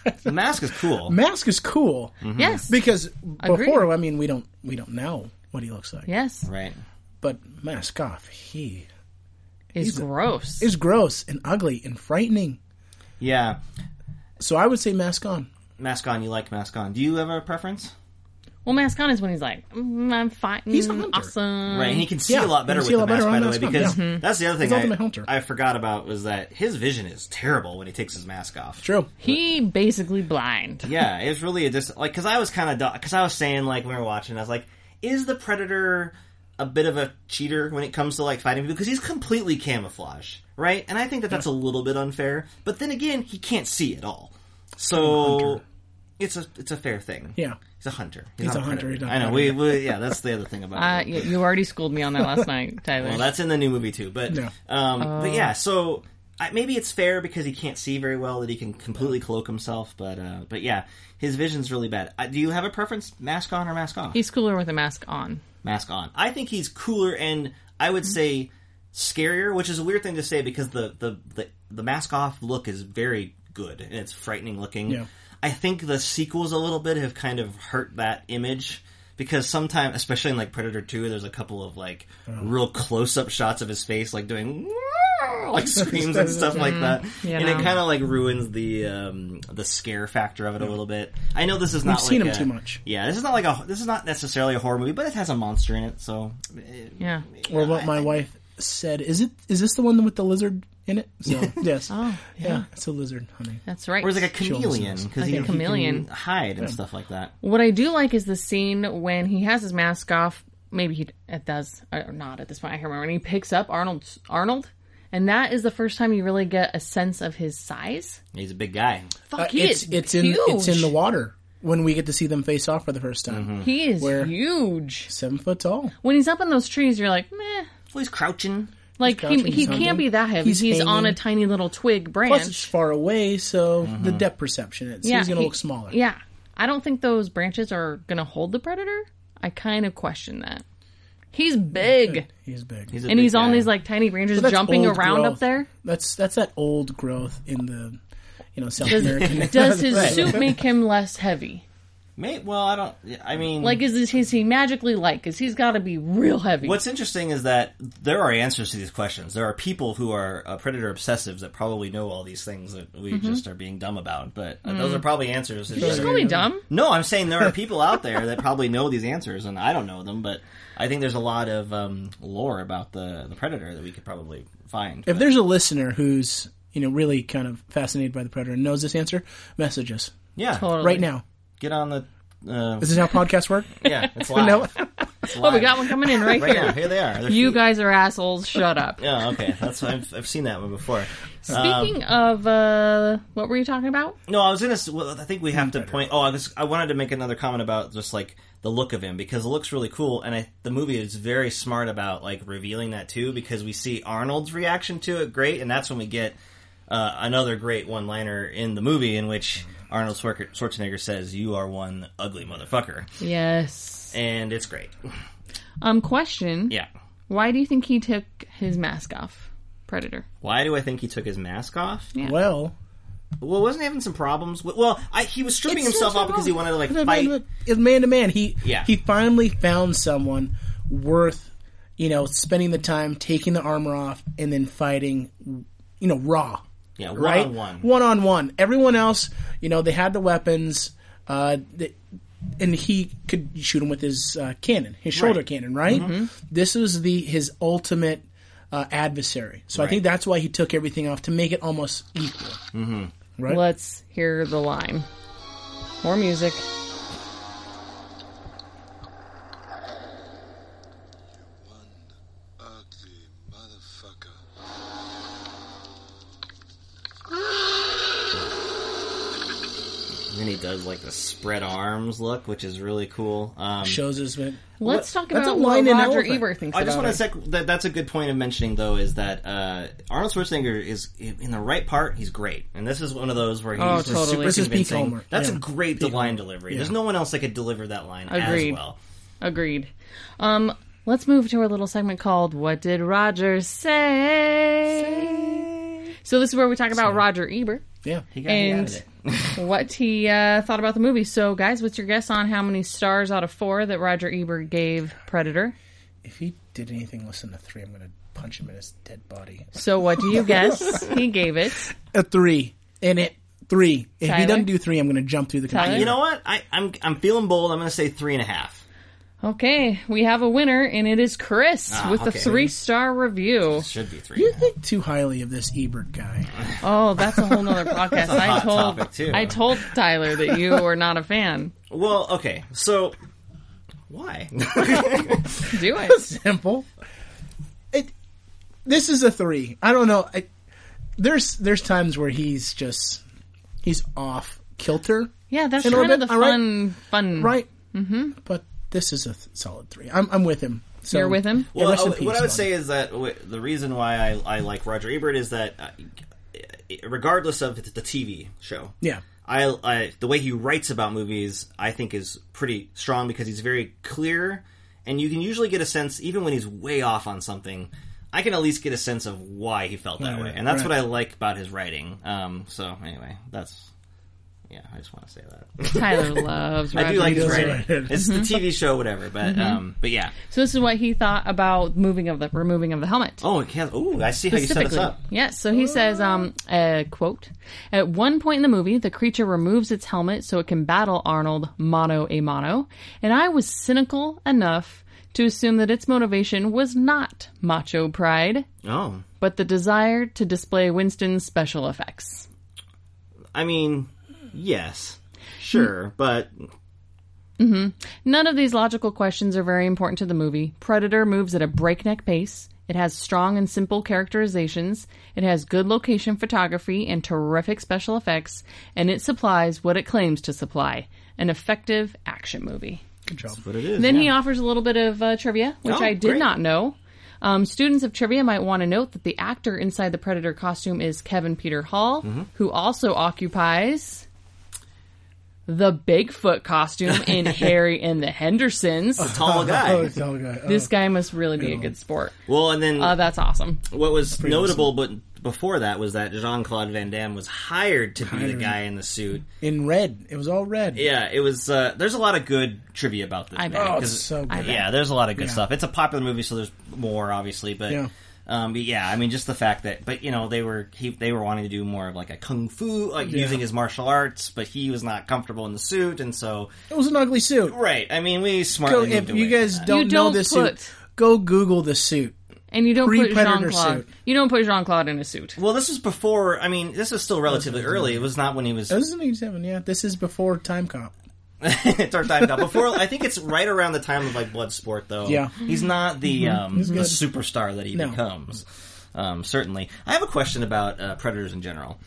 S2: here?
S3: The mask is cool.
S4: mask is cool
S3: Mm.
S2: Yes.
S4: because
S2: Agreed.
S4: before, I mean, we don't we don't know what he looks like.
S2: yes.
S3: right.
S4: But mask off, he
S2: It's gross.
S4: is gross and ugly and frightening.
S3: Yeah.
S4: So I would say mask on.
S3: Mask on, you like mask on. Do you have a preference?
S2: well, mask on is when he's like, mm, I'm fine.
S4: He's a hunter.
S2: awesome.
S3: Right, and he can see
S4: Mm. Yeah,
S3: a lot better
S4: you
S3: with
S4: can
S3: the
S4: see a lot
S3: mask,
S4: better
S3: by
S4: on
S3: the way,
S4: the mask on,
S3: because
S4: yeah. Mhm.
S3: that's the other thing
S4: He's Ultimate Hunter.
S3: I, I forgot about was that his vision is terrible when he takes his mask off.
S4: True.
S2: He basically blind.
S3: Yeah, it's really a dis like because I was kind of because I was saying like when we were watching, I was like, is the predator a bit of a cheater when it comes to like fighting people because he's completely camouflage, right? And I think that that's a little bit unfair. But then again, he can't see at all, so it's a it's a fair thing.
S4: Yeah.
S3: He's a hunter.
S4: He's
S3: not
S4: a hunter,
S3: predator.
S4: he's not
S3: I know.
S4: a
S3: We, we yeah, that's the other thing about
S2: Uh,
S3: it.
S2: you, you already schooled me on that last night, Tyler.
S3: Well, that's in the new movie too. But
S4: Yeah.
S3: um, but yeah, so I, maybe it's fair because he can't see very well that he can completely cloak himself. But uh, but yeah, his vision's really bad. Uh, do you have a preference, mask on or mask off?
S2: He's cooler with a mask on.
S3: mask on. I think he's cooler and I would say scarier, which is a weird thing to say because the the the, the mask off look is very good and it's frightening looking.
S4: Yeah.
S3: I think the sequels a little bit have kind of hurt that image because sometimes, especially in like Predator Two, there's a couple of like real close up shots of his face, like doing. Like screams and stuff like that,
S2: you
S3: and it
S2: know.
S3: kind of like ruins the um, the scare factor of it a little bit. I know this is not
S4: seen
S3: like
S4: him
S3: a-
S4: too much.
S3: yeah, this is not like a. This is not necessarily a horror movie, but it has a monster in it. So, eh,
S2: Yeah.
S4: Or what my wife said. Is it? Is this the one with the lizard in it? So yes.
S2: Oh,
S4: yeah. It's a lizard, honey.
S2: That's right.
S3: or it's like a
S4: She almost
S3: chameleon
S4: knows.
S3: because
S2: Like
S3: he,
S2: a
S3: he can
S2: chameleon.
S3: hide and stuff like that.
S2: What I do like is the scene when he has his mask off. Maybe he it does or not at this point. I can't remember. And he picks up Arnold's Arnold, and that is the first time you really get a sense of his size.
S3: He's a big guy.
S2: Fuck,
S4: Uh,
S2: he
S4: it's
S2: is
S4: it's
S2: huge.
S4: in it's in the water when we get to see them face off for the first time.
S3: Mm-hmm.
S2: He is
S4: Where-
S2: huge.
S4: Seven foot tall.
S2: When he's up in those trees, you're like, meh.
S3: Well, he's crouching.
S2: Like he,
S4: crouching,
S2: he
S4: he's
S2: can't
S4: hunting.
S2: be that heavy. He's,
S4: He's
S2: on a
S4: hanging.
S2: tiny little twig branch.
S4: Plus, it's far away, so
S3: Mm-hmm.
S4: the depth perception. It's, he's going to
S2: he-
S4: look smaller.
S2: Yeah, I don't think those branches are gonna hold the predator. I kind of question that. He's big,
S4: He's big.
S3: He's a
S2: and
S3: big
S2: he's on
S3: guy.
S2: these like tiny branches,
S4: But that's
S2: jumping
S4: old
S2: around up
S4: growth.
S2: there.
S4: That's that's that old growth in the you know South
S2: Does,
S4: American.
S2: does his
S4: Right.
S2: suit make him less heavy?
S3: May, well, I don't. yeah, I mean,
S2: Like, is this is he magically light? Because he's got to be real heavy.
S3: what's interesting is that there are answers to these questions. There are people who are uh, predator obsessives that probably know all these things that we
S2: Mm-hmm.
S3: just are being dumb about. But uh,
S2: Mm.
S3: those are probably answers. It's
S2: Did you just
S3: like-
S2: call me dumb?
S3: No, I'm saying there are people out there that probably know these answers, and I don't know them. But I think there's a lot of um, lore about the the predator that we could probably find.
S4: If there's a listener who's you know really kind of fascinated by the predator and knows this answer, message us
S3: yeah,
S2: Totally.
S4: right now.
S3: get on the uh,
S4: This is how podcasts work.
S3: yeah. It's live.
S4: No.
S3: It's
S2: Oh, we
S3: live.
S2: got one coming in right
S3: right now.
S2: here.
S3: Here they are. They're
S2: You
S3: feet.
S2: guys are assholes. Shut up.
S3: Yeah, okay. That's I've I've seen that one before.
S2: Speaking of uh, what were you talking about?
S3: No, I was gonna. s- Well, I think we have to point. Oh, I was. I wanted to make another comment about just like the look of him because it looks really cool, and I, the movie is very smart about like revealing that too because we see Arnold's reaction to it. Great, and that's when we get uh, another great one-liner in the movie in which Arnold Schwarke- Schwarzenegger says, "You are one ugly motherfucker,"
S2: Yes.
S3: and it's great.
S2: Um. Question.
S3: Yeah.
S2: Why do you think he took his mask off, Predator?
S3: Why do I think he took his mask off?
S4: Well,
S3: Well, wasn't he having some problems? with- Well, I, he was stripping himself off because he wanted to like
S4: it's
S3: fight.
S4: man- It's man to man. He
S3: Yeah.
S4: he finally found someone worth you know spending the time taking the armor off and then fighting you know raw
S3: Yeah, one
S4: right
S3: on one.
S4: one on one. Everyone else, you know, they had the weapons, uh, th- and he could shoot him with his uh, cannon, his shoulder
S3: Right. Mm-hmm.
S4: cannon. Right. This was the his ultimate uh, adversary. So I think that's why he took everything off to make it almost equal.
S3: Hmm.
S4: Right.
S2: Let's hear the line. More music.
S6: One ugly motherfucker.
S3: And then he does like the spread arms look, which is really cool. Um,
S4: Shows his man.
S2: Let's talk
S4: that's
S2: about
S4: a line
S2: what
S4: in
S2: Roger
S4: Elephant.
S2: Ebert thinks
S3: I just
S2: about
S3: want to
S2: it. eh?
S3: sec- that that's a good point of mentioning though is that uh, Arnold Schwarzenegger is in the right part, he's great, and this is one of those where he's
S2: Oh,
S3: just
S2: totally.
S3: super
S2: This
S4: is peak
S3: convincing.
S4: Homer.
S3: That's a
S4: Yeah.
S3: great line delivery. There's no one else that could deliver that line
S2: Agreed.
S3: as well.
S2: Agreed. Um, let's move to our little segment called "What Did Roger Say?" So this is where we talk about Roger Ebert
S4: Yeah.
S3: He got, he got
S2: and
S3: it.
S2: what he uh, thought about the movie. So, guys, what's your guess on how many stars out of four that Roger Ebert gave Predator?
S4: If he did anything less than a three, I'm gonna punch him in his dead body.
S2: So, what do you guess he gave it?
S4: A three, and it three. If
S2: Tyler?
S4: he doesn't do three, I'm gonna jump through the
S2: Tyler?
S4: computer.
S3: You know what? I, I'm I'm feeling bold. I'm going to say three and a half.
S2: Okay, we have a winner, and it is Chris
S3: Ah,
S2: with the
S3: okay.
S2: three star review.
S3: Should be three.
S4: You think too highly of this Ebert guy.
S2: Oh, that's a whole nother podcast. I
S3: hot
S2: told
S3: topic, too.
S2: I told Tyler that you were not a fan.
S3: Well, okay, so why?
S2: Do it.
S4: simple. It, this is a three. I don't know. I, there's there's times where he's just he's off kilter,
S2: Yeah, that's
S4: In
S2: kind of
S4: orbit,
S2: the
S4: all right.
S2: fun fun.
S4: right? Mm-hmm. But this is a th- solid three. I'm I'm with him. So,
S2: You're with him?
S4: Yeah,
S3: Well,
S4: rest
S3: I-
S4: in
S3: what I
S4: peace,
S3: would
S4: Bob.
S3: say is that w- the reason why I, I like Roger Ebert is that uh, regardless of the TV show.
S4: Yeah.
S3: I, I the way he writes about movies, I think, is pretty strong because he's very clear, and you can usually get a sense, even when he's way off on something. I can at least get a sense of why he felt that way, and that's what I like about his writing. Um, so anyway, that's yeah, I just want to say that.
S2: Tyler loves.
S3: I do like his
S4: does
S3: writing.
S4: write it.
S3: It's the TV show, whatever, but
S4: Mm-hmm.
S3: um, but yeah.
S2: So this is what he thought about moving of the removing of the helmet.
S3: Oh, it can't. Ooh, I see how you set us up.
S2: Yes. So he says, um, uh, quote, at one point in the movie, the creature removes its helmet so it can battle Arnold mono a mono. And I was cynical enough to assume that its motivation was not macho pride,
S3: Oh,
S2: but the desire to display Winston's special effects.
S3: I mean, yes, sure, but
S2: None of these logical questions are very important to the movie. Predator moves at a breakneck pace. It has strong and simple characterizations. It has good location photography and terrific special effects. And it supplies what it claims to supply an effective action movie.
S4: Good job.
S3: but it is.
S2: Then he
S3: yeah.
S2: offers a little bit of uh, trivia, which
S3: Oh,
S2: I did
S3: great.
S2: not know. Um, students of trivia might want to note that the actor inside the Predator costume is Kevin Peter Hall,
S3: Mm-hmm.
S2: who also occupies the Bigfoot costume in Harry and the Hendersons.
S3: tall guy.
S4: Oh, it's all good. Oh.
S2: This guy must really be a good sport.
S3: Well, and then
S2: Uh, that's awesome.
S3: what was notable, but before that was that Jean Claude Van Damme was hired to be the guy in the suit.
S4: in red. It was all red.
S3: Yeah, it was. Uh, there's a lot of good trivia about this.
S2: I
S3: movie,
S2: bet.
S4: Oh,
S3: 'cause-
S4: it's so good.
S3: yeah, there's a lot of good stuff. It's a popular movie, so there's more obviously, but.
S4: Yeah.
S3: Um, but yeah, I mean, just the fact that, but you know, they were he, they were wanting to do more of like a kung fu, like using his martial arts, but he was not comfortable in the suit, and so
S4: It was an ugly suit.
S3: right. I mean, we
S4: Go,
S3: smartly
S4: if
S3: moved away
S4: you guys
S3: from that.
S4: don't,
S2: You
S4: know
S2: don't
S4: this
S2: put-
S4: suit, go Google the suit.
S2: And you don't put Jean
S4: Pre-Predator
S2: Claude.
S4: suit.
S2: You don't put Jean Claude in a suit.
S3: Well, this was before. I mean, this was still relatively early. It was not when he was.
S4: This is an 87, yeah. This is before Time Cop.
S3: it's our time now. Before, I think it's right around the time of like Bloodsport, though.
S4: Yeah. Mm-hmm.
S3: he's not the um, the
S4: good.
S3: superstar that he
S4: No.
S3: becomes. Um, certainly, I have a question about uh, predators in general.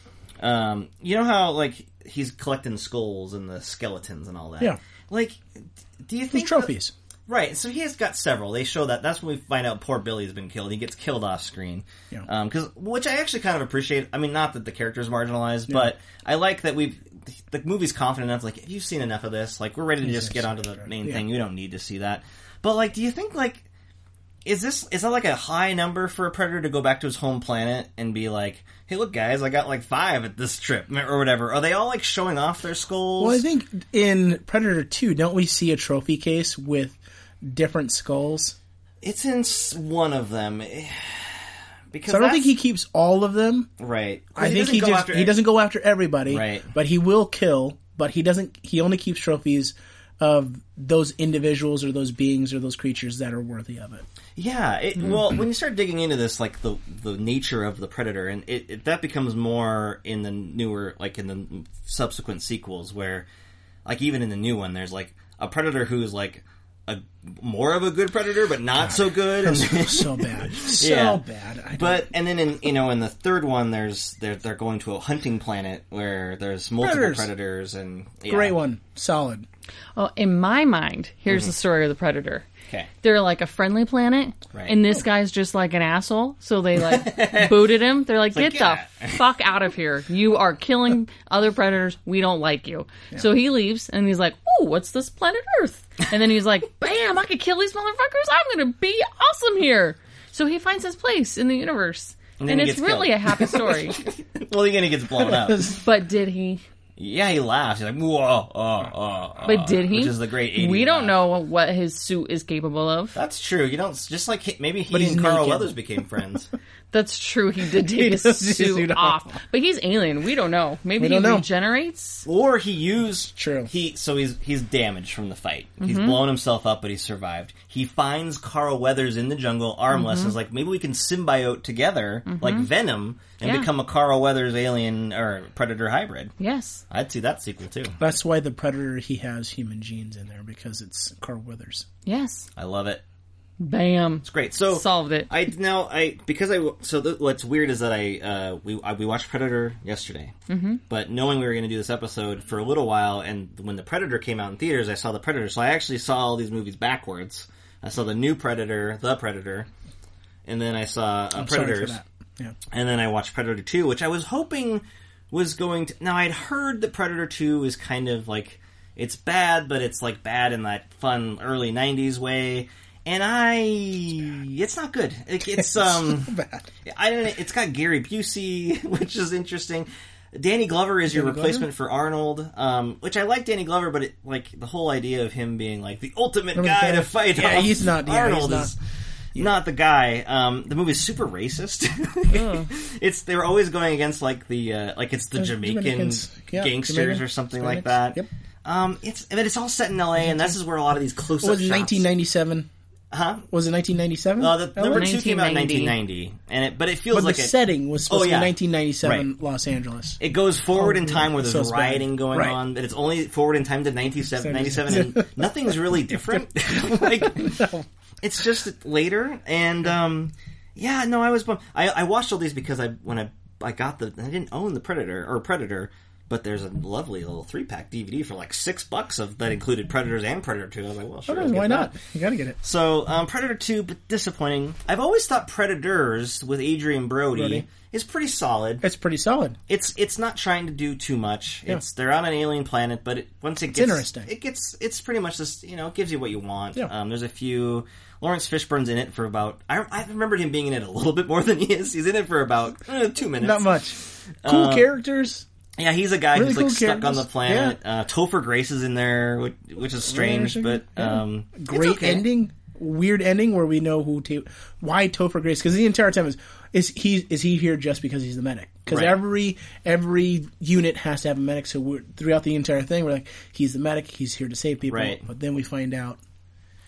S3: Um, you know how like he's collecting skulls and the skeletons and all that.
S4: Yeah.
S3: Like, d- do you
S4: These
S3: think that-
S4: trophies.
S3: Right, so he has got several. They show that. That's when we find out poor Billy's been killed. He gets killed off screen.
S4: Yeah.
S3: Because which I actually kind of appreciate. I mean, not that the character is marginalized, but I like that we've the movie's confident enough. Like, if you've seen enough of this, like we're ready to just get onto the main thing. You don't need to see that. But like, do you think like is this is that like a high number for a predator to go back to his home planet and be like, hey, look, guys, I got like five at this trip or whatever? Are they all like showing off their skulls?
S4: Well, I think in Predator 2, don't we see a trophy case with different skulls?
S3: it's in s- one of them. Because
S4: So I don't
S3: that's-
S4: think he keeps all of them.
S3: Right.
S4: I think he just he doesn't go after everybody,
S3: Right.
S4: but he will kill. But he doesn't. He only keeps trophies of those individuals or those beings or those creatures that are worthy of it.
S3: Yeah. It, Well, when you start digging into this, like the the nature of the predator, and it, it that becomes more in the newer, like in the subsequent sequels, where like even in the new one, there's like a predator who's like a more of a good predator, but not so good. And
S4: So bad, so
S3: Yeah.
S4: bad. I don't-
S3: But and then in you know in the third one there's they're they're going to a hunting planet where there's multiple
S4: Predators.
S3: predators, and yeah.
S4: great one, solid.
S2: Well, in my mind, here's
S3: Mm-hmm.
S2: the story of the Predator.
S3: Okay.
S2: They're like a friendly planet,
S3: Right.
S2: and this guy's just like an asshole. So they like booted him. They're like,
S3: like,
S2: "Get the
S3: "Yeah."
S2: fuck out of here! You are killing other predators. We don't like you." So he leaves, and he's like, "Ooh, what's this planet Earth?" And then he's like, "Bam! I could kill these motherfuckers. I'm gonna be awesome here." So he finds his place in the universe, and,
S3: then he
S2: it's
S3: gets
S2: really
S3: killed.
S2: a happy story.
S3: Well, then he gets blown up.
S2: but did he?
S3: Yeah, he laughs. He's like, whoa, oh, oh, oh.
S2: But did he?
S3: Which is the great 80s
S2: We don't
S3: laugh.
S2: know what his suit is capable of.
S3: That's true. You don't just like he- maybe he
S4: he's
S3: and Carl
S4: naked.
S3: Weathers became friends.
S2: That's true. He did take his
S4: does his
S2: suit
S4: suit
S2: off.
S4: off.
S2: but he's alien. We don't know. Maybe
S4: We
S2: he
S4: don't know.
S2: regenerates.
S3: or he used
S4: True.
S3: He so he's he's damaged from the fight. He's
S2: Mm-hmm.
S3: blown himself up, but he survived. He finds Carl Weathers in the jungle, armless,
S2: Mm-hmm.
S3: and is like, maybe we can symbiote together, like Venom, and
S2: Yeah.
S3: become a Carl Weathers alien or predator hybrid.
S2: Yes.
S3: I'd see that sequel too.
S4: That's why the predator he has human genes in there because it's Carl Weathers.
S2: Yes.
S3: I love it.
S2: Bam.
S3: It's great. So
S2: Solved it.
S3: I now I because I so th- what's weird is that I uh, we I, we watched Predator yesterday, mm-hmm. but knowing we were going to do this episode for a little while, and when the Predator came out in theaters, I saw the Predator. So I actually saw all these movies backwards. I saw the new Predator, the Predator, and then I saw uh,
S4: sorry for
S3: Predators.
S4: that. Yeah.
S3: And then I watched Predator 2, which I was hoping was going to. Now, I'd heard that Predator 2 is kind of like. It's bad, but it's like bad in that fun early 90s way. And I. It's not good. It, it's, um.
S4: Bad.
S3: I don't. It's got Gary Busey, which is interesting. Danny Glover is your replacement for Arnold, um, which I like Danny Glover, but it, like the whole idea of him being like the ultimate
S4: Ultimate
S3: guy
S4: guy.
S3: to fight
S4: Yeah,
S3: off
S4: he's not- yeah, he's
S3: Arnold
S4: not-
S3: is not the guy. Um, the movie's super racist.
S4: Oh.
S3: it's they're always going against like the uh, like it's the Jamaican
S4: Jamaicans. Yeah,
S3: gangsters
S4: Jamaican
S3: or something
S4: Hispanics.
S3: like that.
S4: Yep.
S3: Um, it's but it's all set in L.A. and this is where a lot of these close-up
S4: What was it
S3: shots-
S4: 1997?
S3: Huh?
S4: Was it 1997?
S3: Uh, the, number two came out in
S2: 1990.
S3: 1990, and it but it feels
S4: Oh, but
S3: like
S4: the
S3: it-
S4: setting was supposed
S3: Oh, yeah.
S4: to be 1997 Los Angeles.
S3: It goes forward in time where there's
S4: Oh, So it's bad.
S3: rioting going
S4: Right.
S3: on, but it's only forward in time to 97, 97 and nothing's really different. like, it's just later, and um, yeah, no, I was bummed. I, I watched all these because I when I I got the I didn't own the Predator or Predator, but there's a lovely little three pack DVD for like six bucks of that included Predators and Predator Two. I was like, well, sure, I'll get
S4: Why
S3: that.
S4: not? You gotta get it.
S3: So, um, Predator 2, but disappointing. I've always thought Predators with Adrian Brody,
S4: Brody.
S3: is pretty solid
S4: It's pretty solid.
S3: it's it's not trying to do too much. It's they're on an alien planet, but it, once it gets
S4: interesting.
S3: it gets it's pretty much this. You know, it gives you what you want.
S4: Yeah.
S3: Um, there's a few Lawrence Fishburne's in it for about. I, I remembered him being in it a little bit more than he is. He's in it for about uh, two minutes.
S4: Not much. Cool
S3: Uh,
S4: characters.
S3: Yeah, he's a guy
S4: Really
S3: who's like
S4: cool
S3: stuck on the
S4: characters.
S3: planet. Uh, Topher Grace is in there, which, which is strange, but
S4: interesting.
S3: um, it's
S4: Great
S3: okay.
S4: ending. Weird ending where we know who to why Topher Grace because the entire time is is he is he here just because he's the medic because
S3: Right.
S4: every every unit has to have a medic so we're throughout the entire thing we're like he's the medic he's here to save people
S3: Right.
S4: but then we find out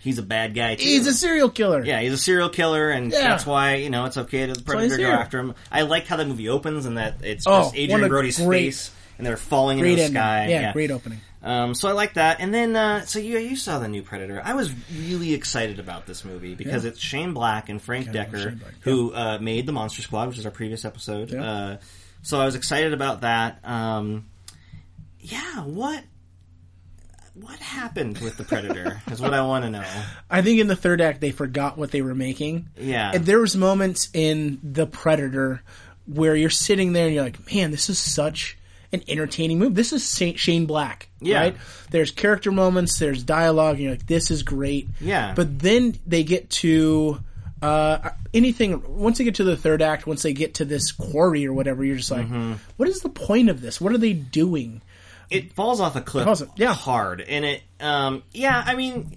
S3: He's a bad guy. Too.
S4: he's a serial killer
S3: Yeah, he's a serial killer, and
S4: Yeah.
S3: that's why you know it's okay to the
S4: why he's
S3: predator go
S4: here.
S3: after him. I like how the movie opens and that it's
S4: Oh,
S3: just
S4: what
S3: Adrian
S4: a
S3: Brody's
S4: great-
S3: face, and they're falling
S4: great
S3: into the
S4: ending
S3: sky.
S4: yeah, great opening
S3: Um, so I like that. And then uh, so you you saw the new Predator. I was really excited about this movie because it's Shane Black and Frank Decker
S4: Shane Black,
S3: who uh, made the Monster Squad, which is our previous episode. Uh, so I was excited about that. Um, yeah, what? What happened with the Predator is what I want to know.
S4: I think in the third act they forgot what they were making
S3: Yeah.
S4: And there was moments in The Predator where you're sitting there and you're like, man, this is such an entertaining move. This is Sa- Shane Black,
S3: Yeah.
S4: right? There's character moments, there's dialogue, and you're like, this is great.
S3: Yeah.
S4: But then they get to uh, anything. Once they get to the third act, once they get to this quarry or whatever, you're just like,
S3: Mm-hmm.
S4: what is the point of this? What are they doing?
S3: it falls off a cliff
S4: Falls off- yeah.
S3: hard and it um yeah i mean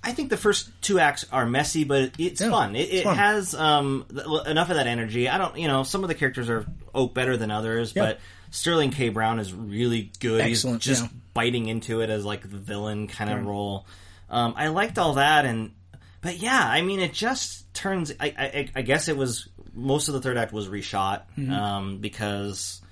S3: i think the first two acts are messy but it's
S4: Yeah,
S3: fun it,
S4: it's
S3: it
S4: fun.
S3: has um th- l- enough of that energy i don't you know some of the characters are oh better than others but sterling k brown is really good
S4: Excellent,
S3: he's just
S4: yeah.
S3: biting into it as like the villain kind of role um i liked all that and but yeah i mean it just turns i i, I guess it was most of the third act was reshot
S4: Mm-hmm.
S3: um because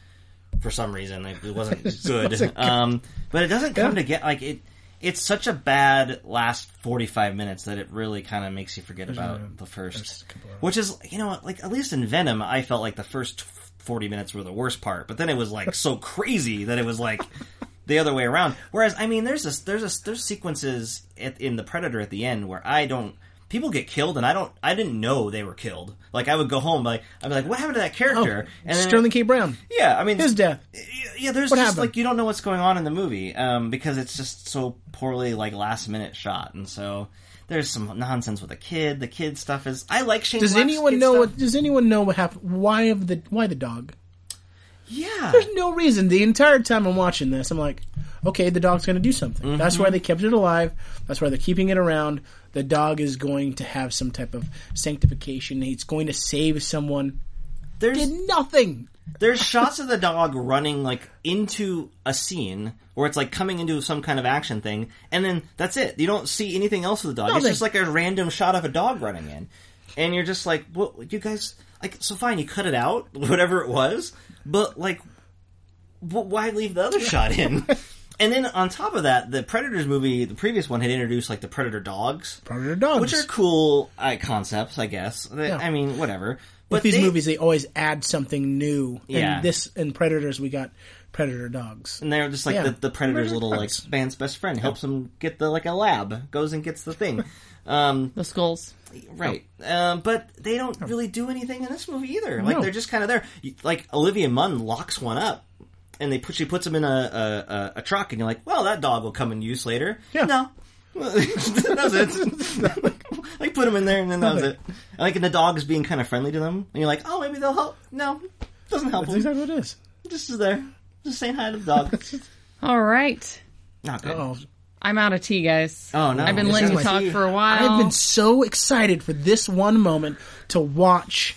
S3: for some reason. It it wasn't good. um, but it doesn't come to get like it. It's such a bad last forty five minutes that it really kind of makes you forget about the first, which is you know what, like at least in Venom, I felt like the first forty minutes were the worst part, but then it was like so crazy that it was like. The other way around. Whereas, I mean, there's this, there's this, there's sequences at, in the Predator at the end where I don't people get killed, and I don't, I didn't know they were killed. Like I would go home, like I'd be like, what happened to that character? and then-
S4: Sterling K. Brown.
S3: yeah, I mean
S4: His death.
S3: Yeah, there's
S4: What
S3: just
S4: happened?
S3: like you don't know what's going on in the movie um, because it's just so poorly like last minute shot, and so there's some nonsense with the kid. The kid stuff is I like Shane.
S4: Does
S3: Black's
S4: anyone
S3: kid
S4: know
S3: stuff.
S4: what? Does anyone know what happened? Why of the why the dog?
S3: Yeah,
S4: there's no reason. The entire time I'm watching this, I'm like, okay, the dog's going to do something. That's why they kept it alive. That's why they're keeping it around. The dog is going to have some type of sanctification. It's going to save someone.
S3: there's
S4: Did nothing.
S3: there's shots of the dog running like into a scene where it's like coming into some kind of action thing, and then that's it. You don't see anything else with the dog. It's
S4: Nothing.
S3: just like a random shot of a dog running in, and you're just like, "What? You guys like? So fine, you cut it out, whatever it was, but like, wh- why leave the other shot in?" And then on top of that, the Predators movie, the previous one, had introduced like the Predator dogs,
S4: Predator dogs.
S3: which are cool uh, concepts, I guess. They-
S4: Yeah.
S3: I mean, whatever. But
S4: With these
S3: they-
S4: movies, they always add something new.
S3: Yeah.
S4: And this in Predators, we got predator dogs.
S3: And they're just like
S4: Yeah.
S3: the, the predator's little like man's best friend helps him get the like a lab goes and gets the thing, um,
S2: The skulls.
S3: right? Um, but they don't really do anything in this movie either. Like
S4: No.
S3: they're just kind of there. You- Like Olivia Munn locks one up, and they put she puts him in a a, a, a truck, and you're like, well, that dog will come in use later.
S4: Yeah.
S3: No, that was it. like put him in there, and then that was it. And, like and the dog's being kind of friendly to them, and you're like, oh, maybe they'll help. No, doesn't help
S4: That's
S3: them.
S4: exactly what it is.
S3: Just is there, just saying hi to the dog.
S2: All right.
S3: Not good.
S4: Oh,
S2: I'm out of tea, guys.
S3: Oh, no.
S2: I've been
S3: It's
S2: letting
S4: just
S2: you
S4: my
S2: talk
S3: tea.
S2: for a while.
S4: I've been so excited for this one moment to watch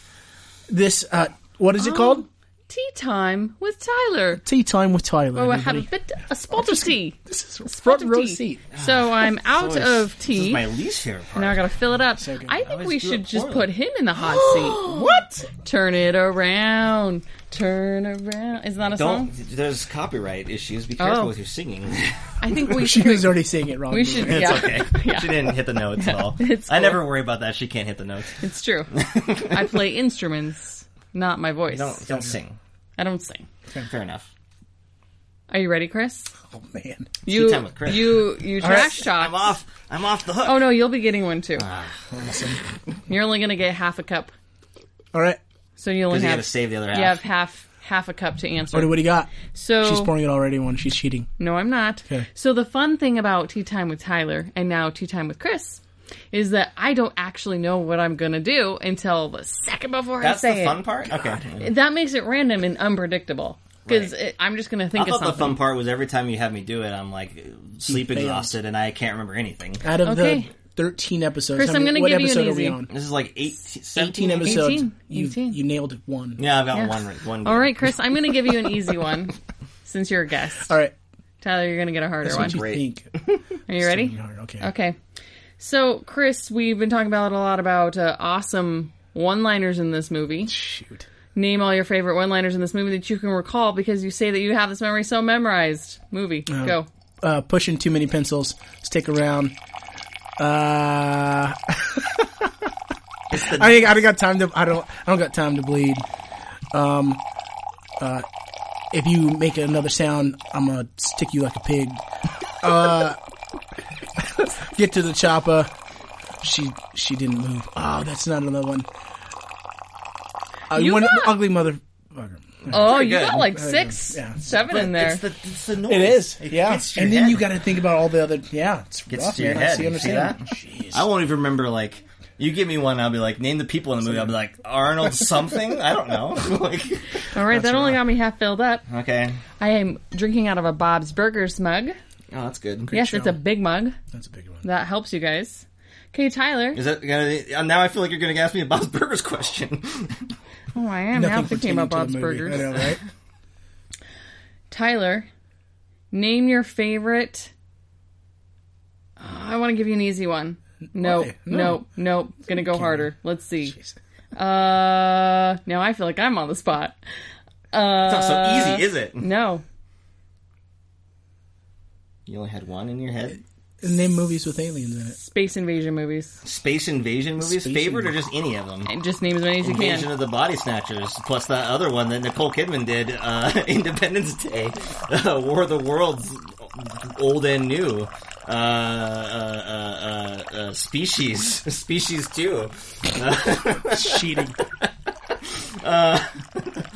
S4: this. Uh, what
S2: Oh.
S4: is it called?
S2: tea time with Tyler.
S4: Tea time with Tyler.
S2: Oh, I had a
S4: everybody.
S2: bit a spot of tea.
S4: This is
S2: Spot
S4: front
S2: of
S4: row
S2: tea.
S4: seat.
S2: So I'm out
S3: Ah, Always-
S2: of
S3: Oh, This
S2: tea.
S3: is my least favorite part.
S2: Now I gotta fill it up. I think
S3: Always
S2: we
S3: do
S2: should
S3: it
S2: just
S3: poorly.
S2: put him in the hot seat.
S3: what?
S2: Turn it around. Turn around. Is that a
S3: Don't.
S2: song?
S3: There's copyright issues. Be careful
S2: Oh.
S3: with your singing.
S2: I think we
S4: She
S2: should.
S4: was already saying it wrong.
S2: We should.
S3: it's
S2: yeah.
S3: okay. She didn't hit the notes at all.
S2: It's
S3: I
S2: cool.
S3: never worry about that. She can't hit the notes.
S2: It's true. I play instruments, not my voice.
S3: Don't don't sing.
S2: I don't sing.
S3: Fair enough.
S2: Are you ready, Chris?
S4: Oh man,
S2: You
S3: time with Chris.
S2: you you
S4: right.
S2: trash talk.
S3: I'm off. Ah. I'm off the hook.
S2: Oh no, you'll be getting one too.
S4: awesome.
S2: You're only gonna get half a cup,
S4: All right,
S2: so you only
S3: Because you
S2: have
S3: got to save the other half.
S2: you have half half a cup to answer.
S4: Artie, what do you got?
S2: so
S4: She's pouring it already. One, she's cheating.
S2: No, I'm not.
S4: Okay.
S2: So the fun thing about Tea Time with Tyler and now Tea Time with Chris is that I don't actually know what I'm going to do until the second before
S3: That's
S2: I
S3: the
S2: say
S3: fun
S2: it.
S3: part. Okay.
S2: That makes it random and unpredictable because I'm just going to
S3: I
S2: think of
S3: thought the
S2: something.
S3: fun part was every time you have me do it, I'm like sleep
S4: fails.
S3: exhausted and I can't remember anything.
S4: Out of
S2: Okay.
S4: the thirteen episodes,
S2: Chris,
S4: how many-
S2: I'm gonna
S4: what
S2: give you an
S4: episode are we
S2: easy.
S4: on?
S3: This is like 18,
S4: 18
S3: 17
S4: episodes.
S2: 18.
S4: You,
S2: 18.
S4: you nailed one.
S3: Yeah, I've got
S2: Yeah.
S3: one. One.
S2: All right, Chris, I'm going to give you an easy one since you're a guest.
S4: All right.
S2: Tyler, you're going to get a harder
S4: That's
S2: one.
S4: what you
S3: Great.
S4: think.
S2: Are you ready?
S4: Okay.
S2: Okay. So, Chris, we've been talking about a lot about uh, awesome one-liners in this movie.
S4: Shoot.
S2: Name all your favorite one-liners in this movie that you can recall because you say that you have this memory so memorized. Movie, go.
S4: Uh, pushing too many pencils. Stick around. Uh, I ain't, I don't got time to. I don't. I don't got time to bleed. Um, uh, if you make another sound, I'm gonna stick you like a pig. Uh, get to the chopper. She she didn't move. Oh, that's not another one. Uh,
S2: You
S4: one
S2: got-
S4: ugly motherfucker.
S2: Oh, you
S3: good.
S2: got like six,
S4: Uh, Yeah.
S2: seven in there.
S3: It's the, it's the noise.
S4: It is, yeah.
S3: gets to your
S4: And then
S3: head.
S4: you got to think about all the other, yeah. It's
S3: Gets
S4: rough,
S3: to your
S4: man. I
S3: head.
S4: see,
S3: You
S4: understand.
S3: see
S4: Jeez.
S3: I won't even remember like you give me one, I'll be like, name the people in the movie. I'll be like, Arnold something? I don't know. like
S2: all right, that only got me half filled up.
S3: Okay.
S2: I am drinking out of a Bob's Burgers mug.
S3: Oh, that's good.
S2: yes, it's a big mug.
S4: That's a big one.
S2: That helps you guys. Okay, Tyler.
S3: Is that gonna be- uh, now I feel like you're gonna ask me a Bob's Burgers question.
S2: Oh, I am now thinking about Bob's Burgers.
S4: I know, right?
S2: Tyler, name your favorite. Oh, I want to give you an easy one. Nope,
S4: Why? No.
S2: nope, nope. Gonna go harder. Let's see.
S4: Jeez.
S2: Uh, now I feel like I'm on the spot.
S3: it's not so easy, is it?
S2: No,
S3: You only had one in your head?
S4: Name movies with aliens in it.
S2: space invasion movies.
S3: Space invasion movies?
S4: Space
S3: favorite or
S4: invasion.
S3: just any of them?
S2: And Just name as many as you
S3: Invasion
S2: can.
S3: of the Body Snatchers, plus that other one that Nicole Kidman did, uh, Independence Day, uh, War of the Worlds, old and new, uh, uh, uh, uh, uh, Species, Species 2,
S4: Cheating.
S3: Uh,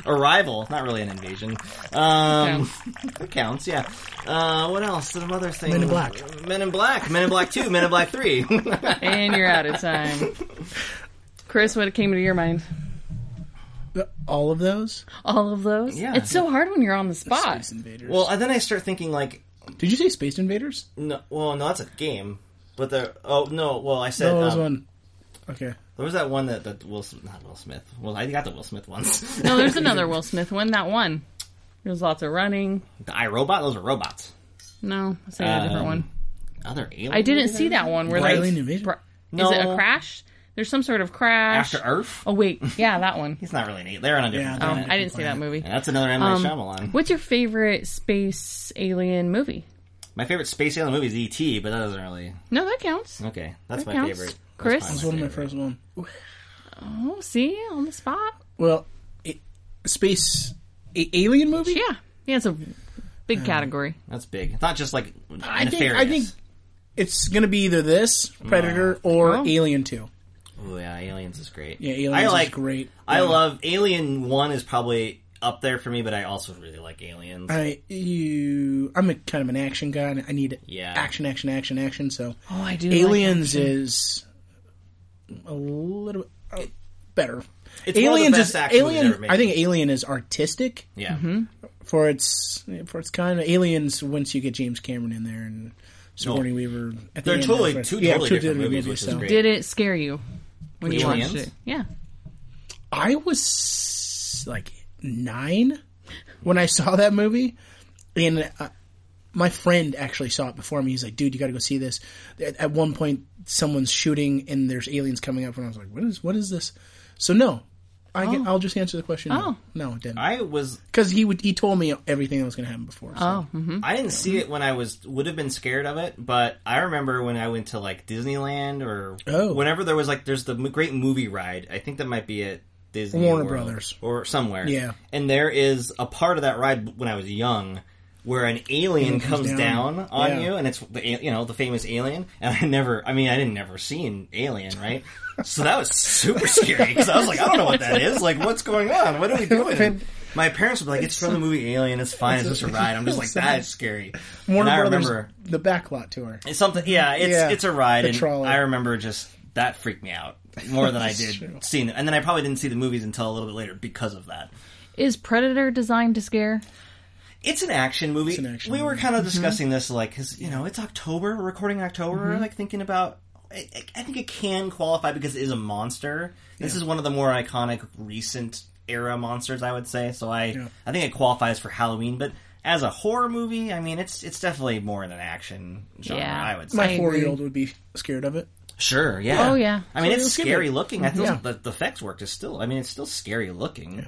S3: Arrival, not really an invasion, um,
S2: Counts.
S3: it counts, yeah. Uh, what else? Some other thing.
S4: Men in Black.
S3: Men in Black, Men in Black 2, Men in Black 3.
S2: and you're out of time. Chris, what came to your mind?
S4: All of those?
S2: All of those?
S3: Yeah.
S2: It's so hard when you're on the spot.
S4: Space Invaders.
S3: well, and then I start thinking like,
S4: Did you say Space Invaders?
S3: no, well, no, that's a game. But there, oh no! Well, I said
S4: No, it was
S3: um,
S4: one. Okay.
S3: There was that one that, that Will Smith, not Will Smith. Well, I got the Will Smith ones.
S2: No, there's another Will Smith one. That one. There's lots of running.
S3: the iRobot, those are robots.
S2: No, I say a different
S3: Um,
S2: one.
S3: Other alien.
S2: I didn't see that one where
S3: Right.
S2: there's
S4: Alien Invasion?
S2: br-
S3: No.
S2: Is it a crash? There's some sort of crash.
S3: After Earth.
S2: oh wait, yeah, that one.
S3: He's not really neat. They're on a different
S4: Yeah,
S2: Oh,
S4: they're-
S3: planet.
S2: I um, didn't see that movie.
S3: And that's another M. Night Shyamalan.
S2: What's your favorite space alien movie?
S3: My favorite space alien movie is E.T., but that doesn't really.
S2: No, that counts.
S3: Okay, that's
S2: That
S3: my
S2: counts.
S3: favorite. That's
S2: Chris?
S3: probably
S4: It was one of my
S3: favorite.
S4: first one.
S2: Oh, see, on the spot.
S4: Well, it, space a- alien movie.
S2: Yeah, yeah, it's a big category.
S3: That's big. It's not just like
S4: I think
S3: nefarious.
S4: I think it's gonna be either this
S3: Mm.
S4: Predator or
S2: Oh.
S4: Alien Two.
S3: Ooh, yeah, Aliens is great.
S4: Yeah, Aliens
S3: I
S4: is
S3: like,
S4: great.
S3: I
S4: Yeah.
S3: love Alien One is probably up there for me, but I also really like Aliens.
S4: I you I'm a kind of an action guy. And I need
S3: Yeah.
S4: action, action, action, action. So
S2: Oh, I do.
S4: Aliens is a little bit uh, better.
S3: It's one of the best
S4: is
S3: action movies ever
S4: Alien.
S3: made.
S4: I think Alien is artistic
S3: yeah,
S2: Mm-hmm.
S4: for its for its kind. of Aliens once you get James Cameron in there and Sigourney Weaver. At the
S3: They're
S4: end,
S3: totally-
S4: that's
S3: two
S4: right. Yeah,
S3: totally different movies, which is great.
S2: Did it scare you when you
S3: Aliens?
S2: watched it? Yeah.
S4: I was like nine when I saw that movie, and uh, my friend actually saw it before me. He's like, "Dude, you got to go see this." At, at one point, someone's shooting and there's aliens coming up, and I was like, "What is what is this?" So no, I can, I'll just answer the question.
S2: Oh.
S4: No, no, it didn't
S3: I was.
S4: because he would he told me everything that was going to happen before. So.
S2: Oh, mhm.
S3: I didn't
S4: Mm-hmm.
S3: see it when I was would have been scared of it, but I remember when I went to like Disneyland or
S4: Oh.
S3: whenever there was like there's the m- great movie ride. I think that might be at Disney
S4: Warner
S3: World
S4: Brothers.
S3: or somewhere.
S4: Yeah.
S3: and there is a part of that ride when I was young. Where an alien comes,
S4: comes
S3: down.
S4: down.
S3: on
S4: Yeah.
S3: you, and it's the al- you know the famous alien. And I never, I mean, I didn't never seen Alien, right? So that was super scary because I was like, I don't know what that is. Like, what's going on? What are we doing? And my parents were like, "It's from the movie Alien. It's fine. It's just a ride." I'm just like, "That is scary." and
S4: Warner
S3: I
S4: Brothers,
S3: remember
S4: the backlot tour.
S3: it's something. Yeah, it's
S4: Yeah,
S3: it's a ride,
S4: the
S3: and
S4: trolley.
S3: I remember just that freaked me out more than I did seeing it. And then I probably didn't see the movies until a little bit later because of that.
S2: Is Predator designed to scare?
S3: It's an action movie.
S4: an action
S3: we
S4: Mm-hmm.
S3: were kind of discussing this, like, because you know, it's October. We're recording in October.
S4: Mm-hmm.
S3: Like thinking about. I, I- I think it can qualify because it is a monster. This is one of the more iconic recent era monsters, I would say. So I, I think it qualifies for Halloween. But as a horror movie, I mean, it's it's definitely more in an action genre.
S2: Yeah.
S3: I would say.
S2: I
S4: My
S2: agree.
S4: four year old would be scared of it.
S3: Sure. Yeah.
S2: Oh, yeah.
S3: I mean,
S4: So
S3: it's
S4: let's give
S3: scary
S4: it-
S3: looking. I think
S4: Yeah.
S3: the, the effects work is still. I mean, it's still scary looking.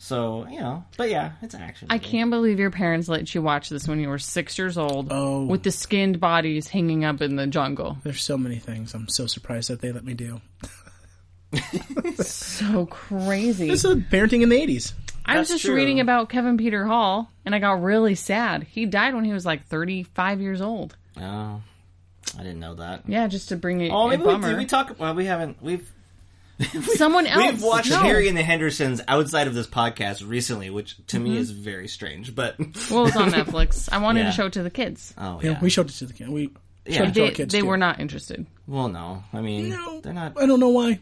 S3: So you know, but yeah, it's an action.
S2: I
S3: movie.
S2: can't believe your parents let you watch this when you were six years old.
S4: Oh.
S2: With the skinned bodies hanging up in the jungle.
S4: There's so many things I'm so surprised that they let me do.
S2: So crazy.
S4: This is parenting in the 80s.
S2: I was
S3: That's
S2: just
S3: true.
S2: reading about Kevin Peter Hall, and I got really sad. He died when he was like 35 years old.
S3: Oh, I didn't know that.
S2: Yeah, just to bring it
S3: Oh,
S2: a
S3: maybe we,
S2: bummer.
S3: did we talk? Well, we haven't. We've
S2: Someone else.
S3: we've watched
S2: no.
S3: Harry and the Hendersons outside of this podcast recently, which to me
S2: Mm-hmm.
S3: is very strange. But
S2: Well, it was on Netflix. I wanted
S3: Yeah.
S2: to show it to the kids.
S3: oh
S4: Yeah,
S3: yeah,
S4: we showed it to the kid. We
S3: Yeah.
S4: showed it to
S2: They,
S4: our kids.
S2: they
S4: too.
S2: were not interested.
S3: well, no, I mean,
S4: No,
S3: they're not.
S4: I don't know why.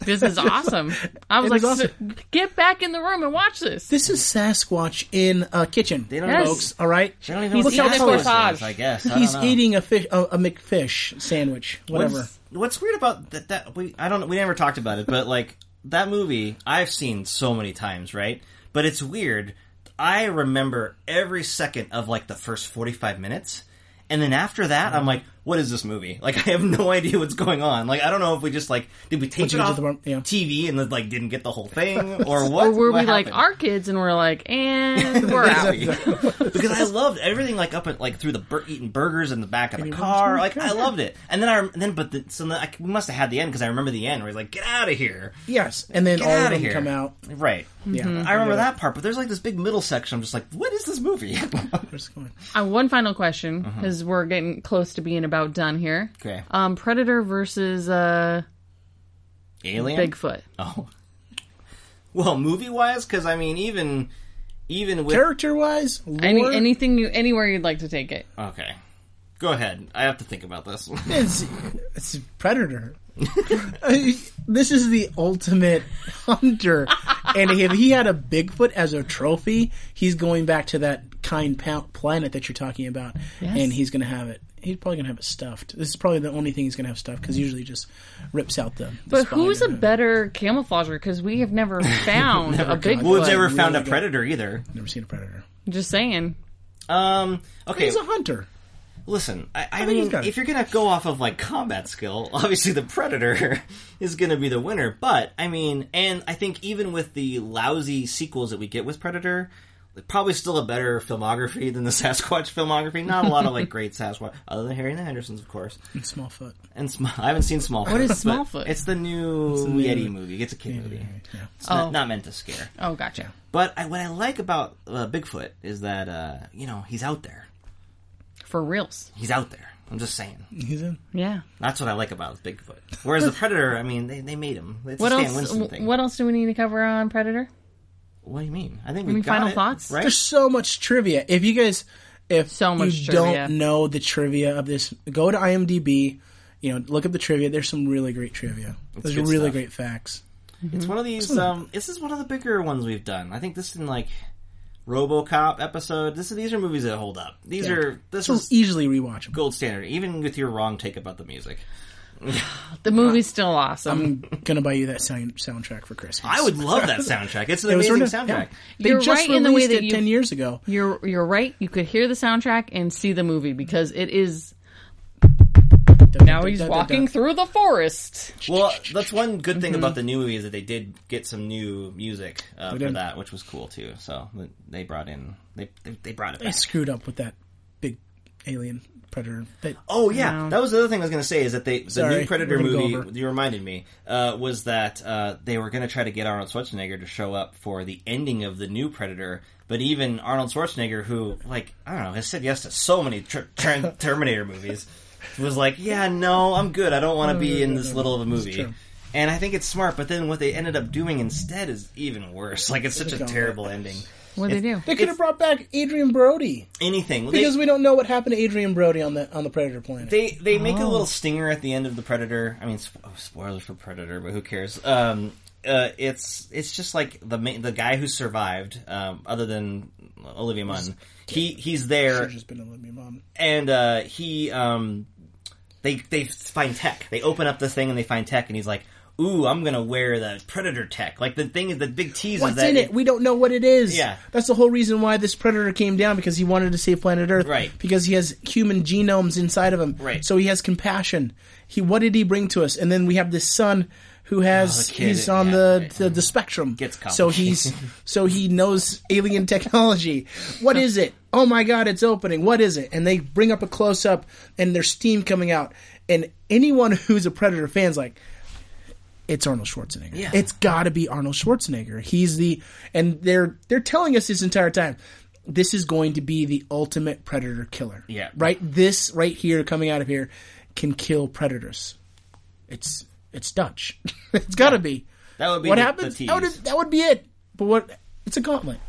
S2: This is awesome. I was like,
S4: It is
S2: "S- get back in the room and watch this.
S4: This is Sasquatch in a kitchen.
S3: They don't
S2: Yes.
S3: know.
S4: folks, all right.
S3: They don't even
S2: He's
S3: know what
S2: eating a
S3: Sasquatch
S2: corsage.
S3: is, I guess I
S4: He's
S3: don't know.
S4: eating a fish, a, a McFish sandwich,
S3: What's-
S4: whatever.
S3: What's weird about that? That we I don't we never talked about it, but like that movie I've seen so many times, right? But it's weird. I remember every second of like the first forty five minutes, and then after that, I'm like, "What is this movie?" Like, I have no idea what's going on. Like, I don't know if we just like did we take
S4: Once
S3: it
S4: you get
S3: off
S4: to the one- yeah.
S3: TV and then, like didn't get the whole thing, or what?
S2: Or were we
S3: What
S2: like
S3: happened?
S2: our kids and we're like, and we're out.
S3: because I loved everything like up at like through the bur- eating burgers in the back of the car. Like I loved it, and then I rem- then but the, so then I, we must have had the end because I remember the end where he's like, "Get out of here!"
S4: Yes, and then
S3: Get
S4: all of
S3: outta
S4: them
S3: here.
S4: come out.
S3: Right.
S4: Yeah,
S3: I remember that part, but there's like this big middle section. I'm just like, "What is this movie?" Mm-hmm.
S4: Where's it going?
S2: Uh, one final question, because we're getting close to being about done here.
S3: Uh-huh. okay.
S2: Um, Predator versus uh,
S3: Alien.
S2: Bigfoot.
S3: Oh. Well, movie wise, because I mean, even even with
S4: Character wise,
S2: Any,
S4: lore,
S2: anything you, anywhere you'd like to take it.
S3: okay, go ahead. I have to think about this.
S4: it's, it's a predator. I mean, this is the ultimate hunter, and if he had a Bigfoot as a trophy, he's going back to that kind pa- planet that you're talking about, and he's going to have it. He's probably going to have it stuffed. This is probably the only thing he's going to have stuffed because usually just rips out the. the
S2: But who's a
S4: spine and-
S2: better camouflager? Because we have never found a Bigfoot.
S3: well, it's never found
S4: really
S3: a
S4: good.
S3: predator either.
S4: Never seen a predator.
S2: Just saying.
S3: Um. Okay.
S4: He's a hunter.
S3: Listen, I, I,
S4: think
S3: mean,
S4: he's got it.
S3: if you're gonna go off of like combat skill, obviously the Predator is gonna be the winner. But I mean, and I think even with the lousy sequels that we get with Predator, probably still a better filmography than the Sasquatch filmography. Not a lot of like great Sasquatch, other than Harry and the Hendersons, of course.
S4: Smallfoot.
S3: And Sm- I haven't seen Smallfoot. What
S2: is Smallfoot?
S3: It's the new
S4: new-
S3: Yeti movie. It's a kid movie.
S4: Yeah.
S3: It's not,
S2: Oh.
S3: not meant to scare.
S2: Oh, gotcha.
S3: But I, what I like about uh, Bigfoot is that uh, you know he's out there.
S2: For reals.
S3: He's out there. I'm just saying.
S4: He's in.
S2: Yeah.
S3: That's what I like about Bigfoot. Whereas the Predator, I mean, they, they made him. It's
S2: What
S3: a Stan
S2: else?
S3: Winston thing.
S2: What else do we need to cover on Predator?
S3: What do you mean? I think we
S2: mean,
S3: got
S2: final
S3: it,
S2: thoughts?
S3: right?
S4: There's so much trivia. If you guys, if
S2: So much
S4: you
S2: trivia.
S4: don't know the trivia of this, go to IMDb. You know, look up the trivia. There's some really great trivia. There's
S3: good
S4: really
S3: stuff.
S4: great facts.
S3: It's one of these. Um, this is one of the bigger ones we've done. I think this in like RoboCop episode. This these are movies that hold up. These
S4: Yeah.
S3: are this
S4: So e-
S3: is
S4: easily rewatchable.
S3: gold standard. Even with your wrong take about the music,
S2: The movie's still awesome.
S4: I'm gonna buy you that sound, soundtrack for Christmas.
S3: I would love that soundtrack. It's an
S4: It was
S3: amazing
S4: sort of-
S3: soundtrack.
S4: yeah. They
S2: You're
S4: just
S2: right in the way
S4: released
S2: that
S4: it
S2: you-
S4: ten years ago.
S2: you're you're right. You could hear the soundtrack and see the movie because it is. Now he's walking through the forest.
S3: Well, that's one good thing about the new movie is that they did get some new music uh, for
S4: did.
S3: that, which was cool too. So they brought in they they, they brought it
S4: I
S3: back.
S4: screwed up with that big alien predator. That
S3: Oh yeah, that was the other thing I was going to say is that they the
S4: Sorry,
S3: new Predator
S4: we're gonna go
S3: movie
S4: over.
S3: you reminded me uh, was that uh, they were going to try to get Arnold Schwarzenegger to show up for the ending of the new Predator, but even Arnold Schwarzenegger, who like I don't know, has said yes to so many ter- ter- Terminator movies, was like, yeah, no, I'm good. I don't want to be in this little of a movie.
S4: true.
S3: And I think it's smart, but then what they ended up doing instead is even worse. Like it's such a
S4: It's gone.
S3: terrible ending.
S2: What do they do?
S4: they could have brought back Adrian Brody
S3: Anything They-
S4: because we don't know what happened to Adrian Brody on the on the Predator planet.
S3: They they make a little
S4: Oh.
S3: stinger at the end of the Predator. I mean, sp- oh, spoilers for Predator, but who cares? Um, uh, it's it's just like the ma- the guy who survived, um, other than Olivia Munn. He he's there,
S4: Should've just been Olivia Munn.
S3: and uh, he um, they they find tech. They open up the thing and they find tech, and he's like, "Ooh, I'm gonna wear the Predator tech." Like the thing is the big tease is
S4: What's
S3: that
S4: in it? We don't know what it is.
S3: Yeah.
S4: that's the whole reason why this predator came down because he wanted to save planet Earth.
S3: Right.
S4: because he has human genomes inside of him.
S3: Right.
S4: so he has compassion. He what did he bring to us? And then we have this son who has
S3: Oh, the kid,
S4: he's on
S3: yeah,
S4: the,
S3: right.
S4: the the spectrum.
S3: Gets
S4: so he's so he knows alien technology. What is it? Oh my god, it's opening. What is it? And they bring up a close up and there's steam coming out. And anyone who's a predator fan's like it's Arnold Schwarzenegger.
S3: Yeah.
S4: It's got to be Arnold Schwarzenegger. He's the and they're they're telling us this entire time this is going to be the ultimate predator killer.
S3: Yeah.
S4: Right this right here coming out of here can kill predators. It's it's Dutch. it's got to be.
S3: that would be
S4: what
S3: the,
S4: happens?
S3: The tease.
S4: that, would, that would be it. But what it's a gauntlet.
S3: It-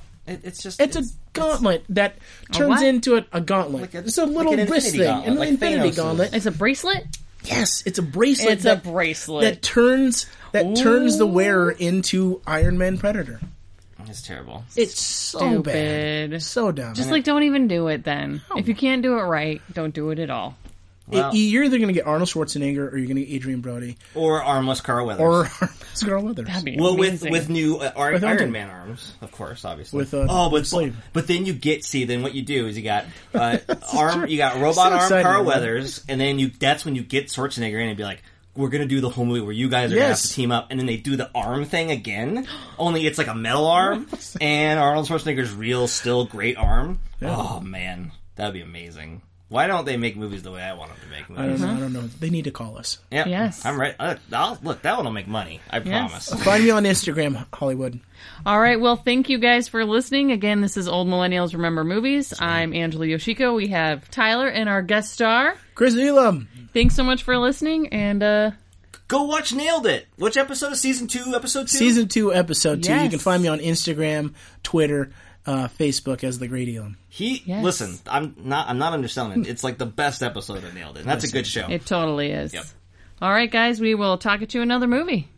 S3: it's just
S4: It's, a gauntlet that turns
S2: what?
S4: into a, a gauntlet.
S3: a-
S4: it's a
S3: like
S4: little
S3: an
S4: wrist
S3: infinity
S4: thing,
S3: gauntlet,
S4: an
S3: like
S4: infinity
S3: Thanos'
S4: gauntlet.
S2: It's a bracelet.
S4: Yes, it's a bracelet.
S2: It's a
S4: that,
S2: bracelet.
S4: that turns that turns the wearer into Iron Man Predator.
S3: it's terrible.
S4: It's so bad,
S2: Stupid.
S4: so dumb.
S2: Just like don't even do it then. If you can't do it right, don't do it at all.
S3: Well-
S4: I- you're either going to get Arnold Schwarzenegger or you're going to get Adrian Brody
S3: Or armless Carl Weathers.
S4: or Scarlett Weathers.
S2: That'd be
S3: Well, with
S2: amazing.
S3: with new uh, Ar-
S4: With
S3: Iron
S4: Elton.
S3: Man arms, of course, obviously.
S4: With, uh,
S3: oh, but
S4: with sleeve.
S3: but then you get see then what you do is you got uh, arm you got robot arm
S4: excited,
S3: Carl
S4: man.
S3: Weathers, and then you that's when you get Schwarzenegger in and be like. We're gonna do the whole movie where you guys are gonna have
S4: Yes.
S3: to team up, and then they do the arm thing again. Only it's like a metal arm, and Arnold Schwarzenegger's real, still great arm. Oh man, that would be amazing. Why don't they make movies the way I want them to make
S4: I don't
S3: movies?
S4: know.
S2: Uh-huh.
S4: I don't know. They need to call us.
S3: Yep.
S2: Yes.
S3: I'm right. I- I'll, look, that one'll make money. I promise.
S4: Find me on Instagram, Hollywood.
S2: All right. Well, thank you guys for listening. Again, this is Old Millennials Remember Movies. I'm Angela Yoshiko. We have Tyler and our guest star.
S4: Chris Elam.
S2: Thanks so much for listening. And uh,
S3: Go watch Nailed It. Which episode is season two? Episode two.
S4: season two, episode two. You
S2: Yes.
S4: can find me on Instagram, Twitter, uh, Facebook as the Great Elam.
S3: He
S2: Yes.
S3: listen. I'm not. I'm not underselling it. It's like the best episode of Nailed It. And that's a good show.
S2: it totally is.
S3: Yep.
S2: All right, guys. We will talk at you another movie.